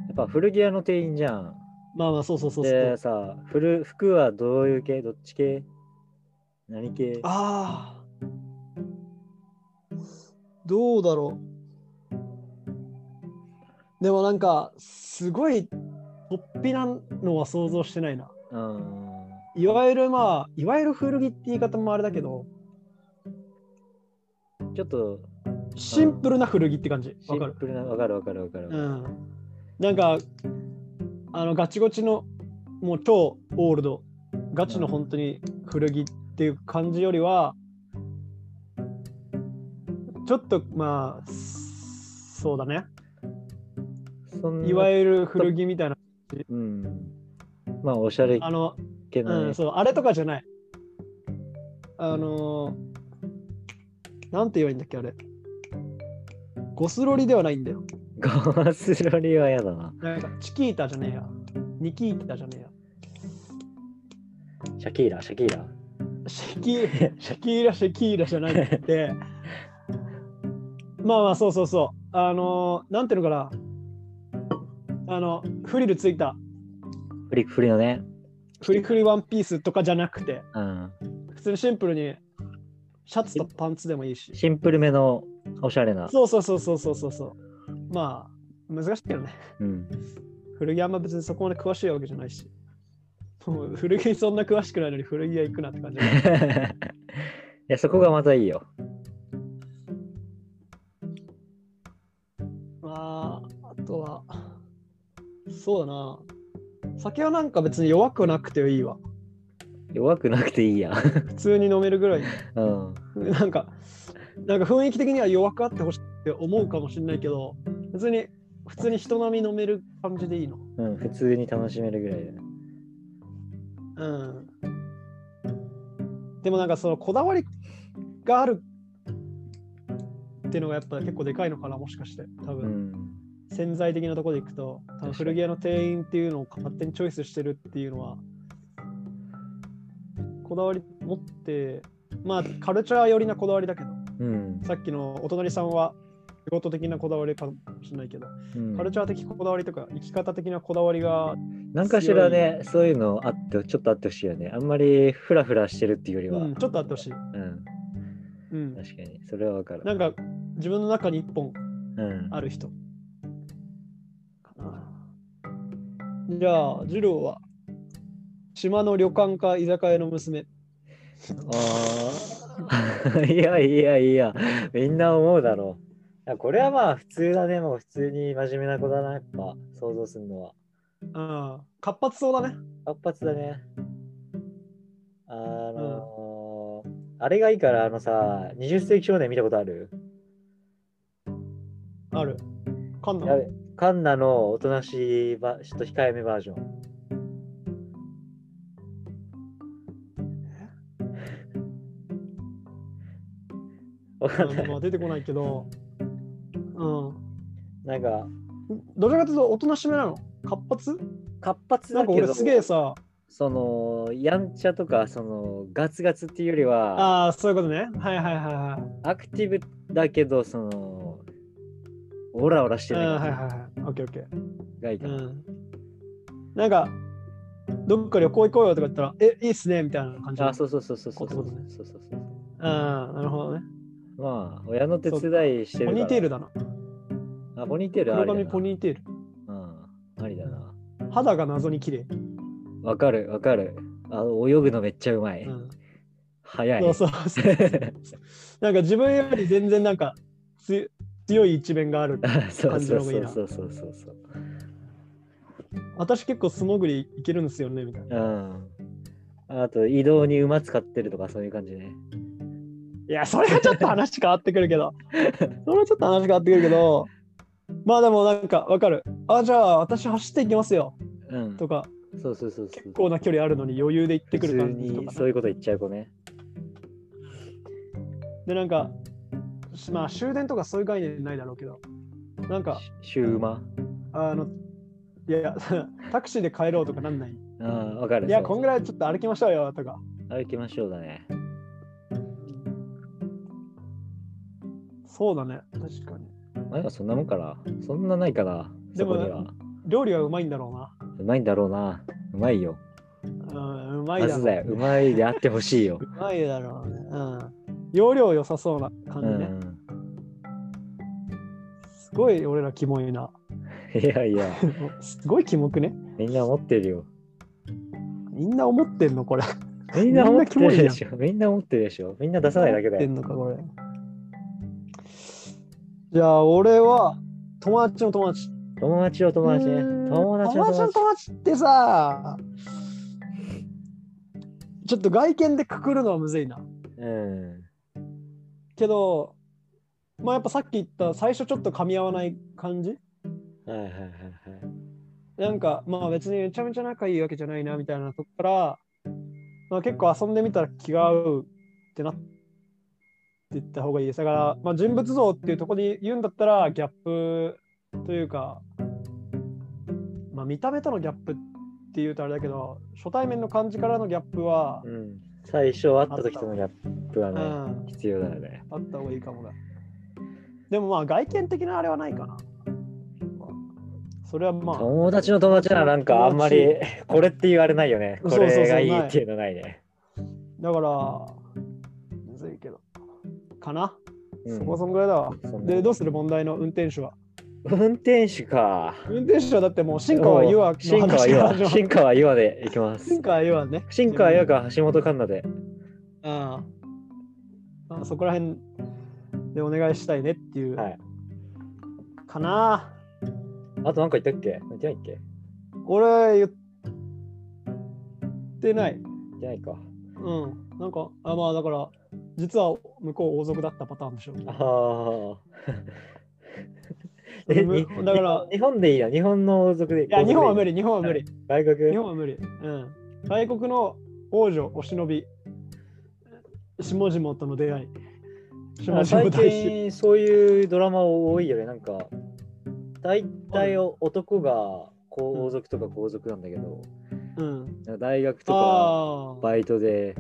[SPEAKER 2] やっぱ古着屋の店員じゃん。
[SPEAKER 1] まあまあ、そうそうそうそう
[SPEAKER 2] で。さ、古服はどういう系どっち系何系
[SPEAKER 1] ああ。どうだろう。でもなんか、すごい、突飛なのは想像してないな。
[SPEAKER 2] うん。
[SPEAKER 1] いわゆるまあ、いわゆる古着って言い方もあれだけど、
[SPEAKER 2] ちょっと
[SPEAKER 1] シンプルな古着って感じ。
[SPEAKER 2] シ
[SPEAKER 1] わか
[SPEAKER 2] ン
[SPEAKER 1] る。
[SPEAKER 2] プルな、わかるわかるわかる。
[SPEAKER 1] うん。なんか、あの、ガチゴチの、もう超オールド、ガチの本当に古着っていう感じよりは、ちょっとまあ、そうだね。
[SPEAKER 2] そんない
[SPEAKER 1] わゆる古着みたいな、
[SPEAKER 2] うん。まあ、おしゃれ
[SPEAKER 1] あの、
[SPEAKER 2] 系の
[SPEAKER 1] う
[SPEAKER 2] ね
[SPEAKER 1] ん、。そう、あれとかじゃない。あのー、なんて言えばいいんだっけ、あれ。ゴスロリではないんだよ。
[SPEAKER 2] ゴスロリは嫌だな。
[SPEAKER 1] なんか、チキータじゃねえや。ニキータじゃねえや。
[SPEAKER 2] シャキーラ、シャキーラ。
[SPEAKER 1] シキシャキーラシャキーラじゃなくてまあまあそうそうそうあのー、なんていうのかなあのフリルついた
[SPEAKER 2] フリフリのね。
[SPEAKER 1] フリフリワンピースとかじゃなくて
[SPEAKER 2] うん。
[SPEAKER 1] 普通にシンプルにシャツとパンツでもいいし
[SPEAKER 2] シンプルめのおしゃれな。
[SPEAKER 1] そうそうそうそうそうそうそうまあ難しいけどね
[SPEAKER 2] うん。
[SPEAKER 1] 古着あんま別にそこまで詳しいわけじゃないしもう古着そんな詳しくないのに古着屋行くなって感じだけど
[SPEAKER 2] いや、そこがまたいいよ。
[SPEAKER 1] まあ、あとは、そうだな。酒はなんか別に弱くなくていいわ。
[SPEAKER 2] 弱くなくていいや。
[SPEAKER 1] 普通に飲めるぐらい。
[SPEAKER 2] うん。
[SPEAKER 1] なんか、なんか雰囲気的には弱くあってほしいって思うかもしれないけど、別に、普通に人並み飲める感じでいいの。
[SPEAKER 2] うん、普通に楽しめるぐらいだね。
[SPEAKER 1] うん。でもなんかそのこだわりがあるっていうのがやっぱ結構でかいのかな、もしかして。多分。
[SPEAKER 2] うん。
[SPEAKER 1] 潜在的なところでいくと、多分古着屋の店員っていうのを勝手にチョイスしてるっていうのは、こだわり持って、まあ、カルチャー寄りなこだわりだけど、
[SPEAKER 2] うん。
[SPEAKER 1] さっきのお隣さんは仕事的なこだわりかもしれないけど、
[SPEAKER 2] うん
[SPEAKER 1] カルチャー的こだわりとか、生き方的なこだわりが、
[SPEAKER 2] なんかしらね、そういうのあって、ちょっとあってほしいよね。あんまりフラフラしてるっていうよりは。
[SPEAKER 1] うんちょっとあってほしい。
[SPEAKER 2] うん。
[SPEAKER 1] うん、
[SPEAKER 2] 確かに。それはわかる。
[SPEAKER 1] なんか、自分の中に一本
[SPEAKER 2] うん。
[SPEAKER 1] ある人。かなじゃあ、次郎は、島の旅館か居酒屋の娘。
[SPEAKER 2] ああ。いやいやいや、みんな思うだろやこれはまあ普通だね、もう普通に真面目な子だな、やっぱ想像するのは。
[SPEAKER 1] うん。活発そうだね。
[SPEAKER 2] 活発だね。あのーあれがいいから、あのさ、20世紀少年見たことある
[SPEAKER 1] ある。かん
[SPEAKER 2] や
[SPEAKER 1] な。
[SPEAKER 2] べカンナのおとなしいば、ちょっと控えめバージョン。わかんな
[SPEAKER 1] う
[SPEAKER 2] い。
[SPEAKER 1] んまあ、出てこないけど。うん。
[SPEAKER 2] なんか、
[SPEAKER 1] どちらかというと、おとなしめなの活発
[SPEAKER 2] 活発
[SPEAKER 1] な
[SPEAKER 2] だ
[SPEAKER 1] んか
[SPEAKER 2] け
[SPEAKER 1] 俺
[SPEAKER 2] ど、
[SPEAKER 1] すげえさ。
[SPEAKER 2] その、やんちゃとか、その、ガツガツっていうよりは、
[SPEAKER 1] ああ、そういうことね。はいはいはいはい。
[SPEAKER 2] アクティブだけど、その、オラオラして
[SPEAKER 1] うん
[SPEAKER 2] ない
[SPEAKER 1] はい
[SPEAKER 2] 感
[SPEAKER 1] はい
[SPEAKER 2] じ
[SPEAKER 1] はい。オッケーオッケー。
[SPEAKER 2] がいいか
[SPEAKER 1] う
[SPEAKER 2] な。
[SPEAKER 1] ん。なんか、どっか旅行行こうよとか言ったら、え、いいっすねみたいな感じ。
[SPEAKER 2] あ、そうそうそうそうそう
[SPEAKER 1] こ
[SPEAKER 2] そうう
[SPEAKER 1] ってことね
[SPEAKER 2] そうそうそう。
[SPEAKER 1] ああ、なるほどね。
[SPEAKER 2] まあ、親の手伝いしてる
[SPEAKER 1] ポ
[SPEAKER 2] から。
[SPEAKER 1] ニーテールだな。
[SPEAKER 2] あ、ポニーテールあ
[SPEAKER 1] 黒
[SPEAKER 2] りだ
[SPEAKER 1] 髪
[SPEAKER 2] な。
[SPEAKER 1] ポニーテール。
[SPEAKER 2] うん、ありだな。
[SPEAKER 1] 肌が謎に綺麗。
[SPEAKER 2] わかるわかる。あの泳ぐのめっちゃうまい。
[SPEAKER 1] うん。
[SPEAKER 2] 早い。
[SPEAKER 1] そうそうそう。 なんか自分より全然なんかつ強い一面がある。
[SPEAKER 2] そうそう
[SPEAKER 1] 感じの方がいいな
[SPEAKER 2] そうそうそうそう。
[SPEAKER 1] 私結構素潜りいけるんですよねみたいな。
[SPEAKER 2] うん。あと移動に馬使ってるとかそういう感じね。
[SPEAKER 1] いや、それはちょっと話変わってくるけど。 それはちょっと話変わってくるけど。まあでもなんかわかる。あ、じゃあ私走っていきますよ
[SPEAKER 2] うん。
[SPEAKER 1] とか、
[SPEAKER 2] そうそうそうそう。
[SPEAKER 1] 結構な距離あるのに余裕で行って
[SPEAKER 2] 普
[SPEAKER 1] くる
[SPEAKER 2] 通
[SPEAKER 1] 感じと
[SPEAKER 2] に
[SPEAKER 1] かね、
[SPEAKER 2] そういうこと言っちゃう子ね。
[SPEAKER 1] で、なんか、まあ終電とかそういう概念ないだろうけど、なんか、
[SPEAKER 2] しシュウマ。
[SPEAKER 1] あの、いやい や、タクシーで帰ろうとかなんない。い
[SPEAKER 2] うん、わかる。
[SPEAKER 1] や、
[SPEAKER 2] そうそ
[SPEAKER 1] こ
[SPEAKER 2] うん
[SPEAKER 1] ぐらいちょっと歩きましょうよとか。
[SPEAKER 2] 歩きましょうだね。
[SPEAKER 1] そうだね、確かに。
[SPEAKER 2] 前はそんなもんかな。そんなないかな。
[SPEAKER 1] で
[SPEAKER 2] そ
[SPEAKER 1] も
[SPEAKER 2] こには。
[SPEAKER 1] 料理はうまいんだろうな。
[SPEAKER 2] うまいんだろうな。うまいよ。
[SPEAKER 1] うん、うまい
[SPEAKER 2] ま
[SPEAKER 1] だ
[SPEAKER 2] ず
[SPEAKER 1] ろう。
[SPEAKER 2] だよ。うまいであってほしいよ。
[SPEAKER 1] うまいだろうね。うん。容量良さ そうな感
[SPEAKER 2] う
[SPEAKER 1] じね。
[SPEAKER 2] ん。
[SPEAKER 1] すごい俺らキモいな。
[SPEAKER 2] いやいや、
[SPEAKER 1] すごいキモくね。
[SPEAKER 2] みんな思ってる よ。
[SPEAKER 1] みんな思ってんのこれ。
[SPEAKER 2] みんな思ってるでしょ。みんな思ってるでしょ。みんな出さないだけだ
[SPEAKER 1] 思って
[SPEAKER 2] よ。
[SPEAKER 1] んのかこれ。じゃあ俺は友達の友達。
[SPEAKER 2] 友達の友達ね。
[SPEAKER 1] うん
[SPEAKER 2] 友達の友
[SPEAKER 1] 友達の
[SPEAKER 2] 達。
[SPEAKER 1] 友達ってさ、ちょっと外見でくくるのはむずいな。
[SPEAKER 2] うん。
[SPEAKER 1] けど、まあやっぱさっき言った最初ちょっと噛み合わない感じ
[SPEAKER 2] はいはいはいはい。
[SPEAKER 1] なんかまあ別にめちゃめちゃ仲いいわけじゃないなみたいなとこから、まあ、結構遊んでみたら気が合うってなっていった方がいいです。だから、まあ、人物像っていうところで言うんだったらギャップというか、まあ、見た目とのギャップっていうとあれだけど初対面の感じからのギャップは、
[SPEAKER 2] うん。最初会った時とのギャップは
[SPEAKER 1] うん、
[SPEAKER 2] ね、
[SPEAKER 1] あ
[SPEAKER 2] 必要だよね。
[SPEAKER 1] った方がいいかもだ。でもまあ外見的なあれはないかな。それはまあ。
[SPEAKER 2] 友達の友達はなんかあんま
[SPEAKER 1] 友
[SPEAKER 2] りこれって言われないよね。
[SPEAKER 1] そう
[SPEAKER 2] こ
[SPEAKER 1] そうそう
[SPEAKER 2] れがいいっていうのないね。
[SPEAKER 1] だから、むずいけど。かな、
[SPEAKER 2] うん
[SPEAKER 1] そこそんぐらいだわ。
[SPEAKER 2] そんな
[SPEAKER 1] で、どうする問題の運転手は。
[SPEAKER 2] 運転手か。
[SPEAKER 1] 運転手はだってもう新川優愛
[SPEAKER 2] 新
[SPEAKER 1] の
[SPEAKER 2] 川
[SPEAKER 1] 話
[SPEAKER 2] 優
[SPEAKER 1] が
[SPEAKER 2] 愛
[SPEAKER 1] 始まる
[SPEAKER 2] 新川優愛でいき ます
[SPEAKER 1] 新。川優愛ね。
[SPEAKER 2] 新川優愛か橋本環奈で。
[SPEAKER 1] ああそこら辺でお願いしたいねっていう。
[SPEAKER 2] はい
[SPEAKER 1] かな
[SPEAKER 2] あとなんか言ったっけ言ってないっけ
[SPEAKER 1] 俺言ってない。
[SPEAKER 2] 言ってないか。
[SPEAKER 1] うん。なんか、あまあだから、実は向こう王族だったパターンでしょ。
[SPEAKER 2] ああ。え、
[SPEAKER 1] む
[SPEAKER 2] に
[SPEAKER 1] だから、
[SPEAKER 2] 日本でいいや、日本の王族で。
[SPEAKER 1] いや、日本は無
[SPEAKER 2] 理。
[SPEAKER 1] 理、日本は無理。
[SPEAKER 2] 外国
[SPEAKER 1] 日本は無理。うん。外国の王女、お忍び、下々との出会い。下
[SPEAKER 2] あ
[SPEAKER 1] 々
[SPEAKER 2] 最
[SPEAKER 1] 大使。
[SPEAKER 2] 近そういうドラマ多いよね、なんか。大体お男がこう王族とか皇族なんだけど、
[SPEAKER 1] うん。
[SPEAKER 2] なんか大学とか
[SPEAKER 1] ああ。
[SPEAKER 2] バイトで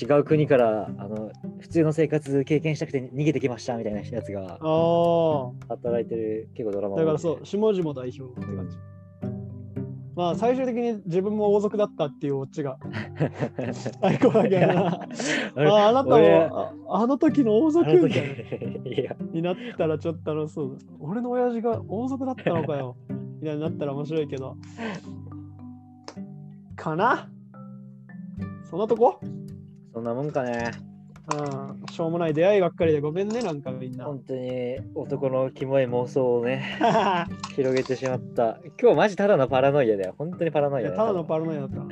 [SPEAKER 2] 違う国からあの普通の生活経験したくて逃げてきましたみたいなやつが
[SPEAKER 1] あ
[SPEAKER 2] 働いてる結構ドラマ
[SPEAKER 1] あ。
[SPEAKER 2] 多いね
[SPEAKER 1] だからそう、下々代表って感じ。まあ、最終的に自分も王族だったっていうオチが最高だけどな。あ
[SPEAKER 2] 俺
[SPEAKER 1] あなた
[SPEAKER 2] 俺
[SPEAKER 1] はああの時の王
[SPEAKER 2] あ
[SPEAKER 1] 族
[SPEAKER 2] の
[SPEAKER 1] み
[SPEAKER 2] 時
[SPEAKER 1] たいな
[SPEAKER 2] いや、
[SPEAKER 1] になったらちょっと楽しそうだ。俺の親父が王族だったのかよ。みたいになったら面白いけど。かなそんなとこ
[SPEAKER 2] そんなもんかね。
[SPEAKER 1] うん、しょうもない出会いばっかりでごめんね、なんかみんな。
[SPEAKER 2] 本当に男のキモい妄想をね、広げてしまった。今日マジただのパラノイアだよ。本当にパラノ
[SPEAKER 1] い
[SPEAKER 2] イア
[SPEAKER 1] や
[SPEAKER 2] よ
[SPEAKER 1] ただのパラノイアだった。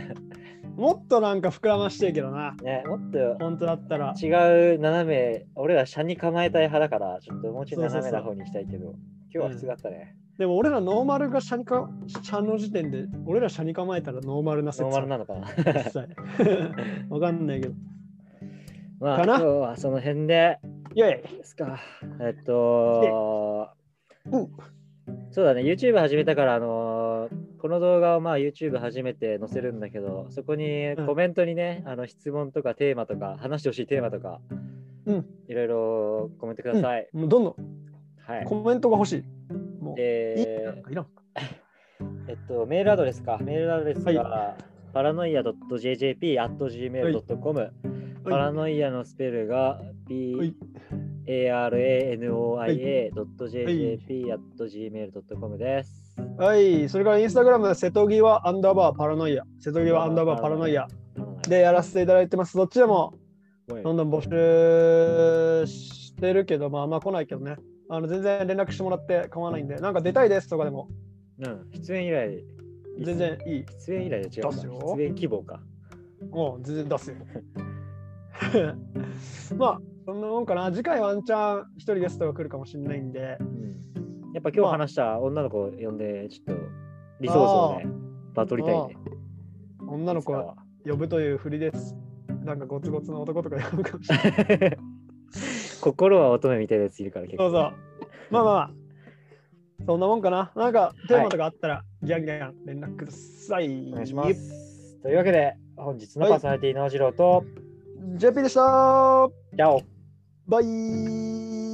[SPEAKER 1] もっとなんか膨らましてるけどな。
[SPEAKER 2] ね、もっと
[SPEAKER 1] 本当だったら。
[SPEAKER 2] 違う斜め、俺ら車に構えたい派だから、ちょっともうちょい
[SPEAKER 1] そう
[SPEAKER 2] 斜
[SPEAKER 1] そう
[SPEAKER 2] め
[SPEAKER 1] そう
[SPEAKER 2] な方に行きたいけど、今日は普通だったね。
[SPEAKER 1] でも俺らノーマルが車にか、車の時点で、俺ら車に構えたらノーマルな説
[SPEAKER 2] ノーマルなのかな
[SPEAKER 1] 実際 わかんないけど。
[SPEAKER 2] まあ
[SPEAKER 1] かな
[SPEAKER 2] 今日はその辺で
[SPEAKER 1] いやい
[SPEAKER 2] ですか。えっと、
[SPEAKER 1] や、うん。
[SPEAKER 2] そうだね、YouTube 始めたから、あのーこの動画をまあ YouTube 初めて載せるんだけど、そこに
[SPEAKER 1] うん
[SPEAKER 2] コメントにね、あの質問とかテーマとか、話してほしいテーマとか、
[SPEAKER 1] うん
[SPEAKER 2] いろいろコメントください。
[SPEAKER 1] もうどんどん
[SPEAKER 2] はい。
[SPEAKER 1] コメントが欲しい。もう、いいなん
[SPEAKER 2] で、
[SPEAKER 1] かいらん。
[SPEAKER 2] えっと、メールアドレスか。メールアドレスが、パラノイア .jjp.gmail.com、パラノイアのスペルが p aranoia.jjp.gmail.com です。
[SPEAKER 1] はい、それからインスタグラム、瀬戸際アンダーバーパラノイア、瀬戸際アンダーバーパラノイアでやらせていただいてます。どっちでも
[SPEAKER 2] はい、
[SPEAKER 1] どんどん募集してるけど、まああんま来ないけどね。あの全然連絡してもらって構わないんで、なんか出たいですとかでも
[SPEAKER 2] うん、出演以来、
[SPEAKER 1] 全然いい。
[SPEAKER 2] 出演以来で違う
[SPEAKER 1] 出
[SPEAKER 2] か
[SPEAKER 1] すよ
[SPEAKER 2] 出演希望か。
[SPEAKER 1] もう全然 出すよ。まあ、そんなもんかな。次回ワンチャン一人ゲストが来るかもしれないんで、
[SPEAKER 2] うん、やっぱ今日話した女の子を呼んで、ちょっと理想像をね、バトりたいね。
[SPEAKER 1] 女の子
[SPEAKER 2] い
[SPEAKER 1] は呼ぶというふりです。なんかゴツゴツの男とか呼ぶかもしれない。
[SPEAKER 2] つかは心は乙女みたいなやついるから結
[SPEAKER 1] そう
[SPEAKER 2] 構。
[SPEAKER 1] そう。まあまあまあ。そんなもんかな。なんかテーマとかあったら、ギャンギャン連絡ください。
[SPEAKER 2] お願いします。というわけで、本日のパーソナリティの次郎と、
[SPEAKER 1] JP でした
[SPEAKER 2] じゃあお
[SPEAKER 1] バイ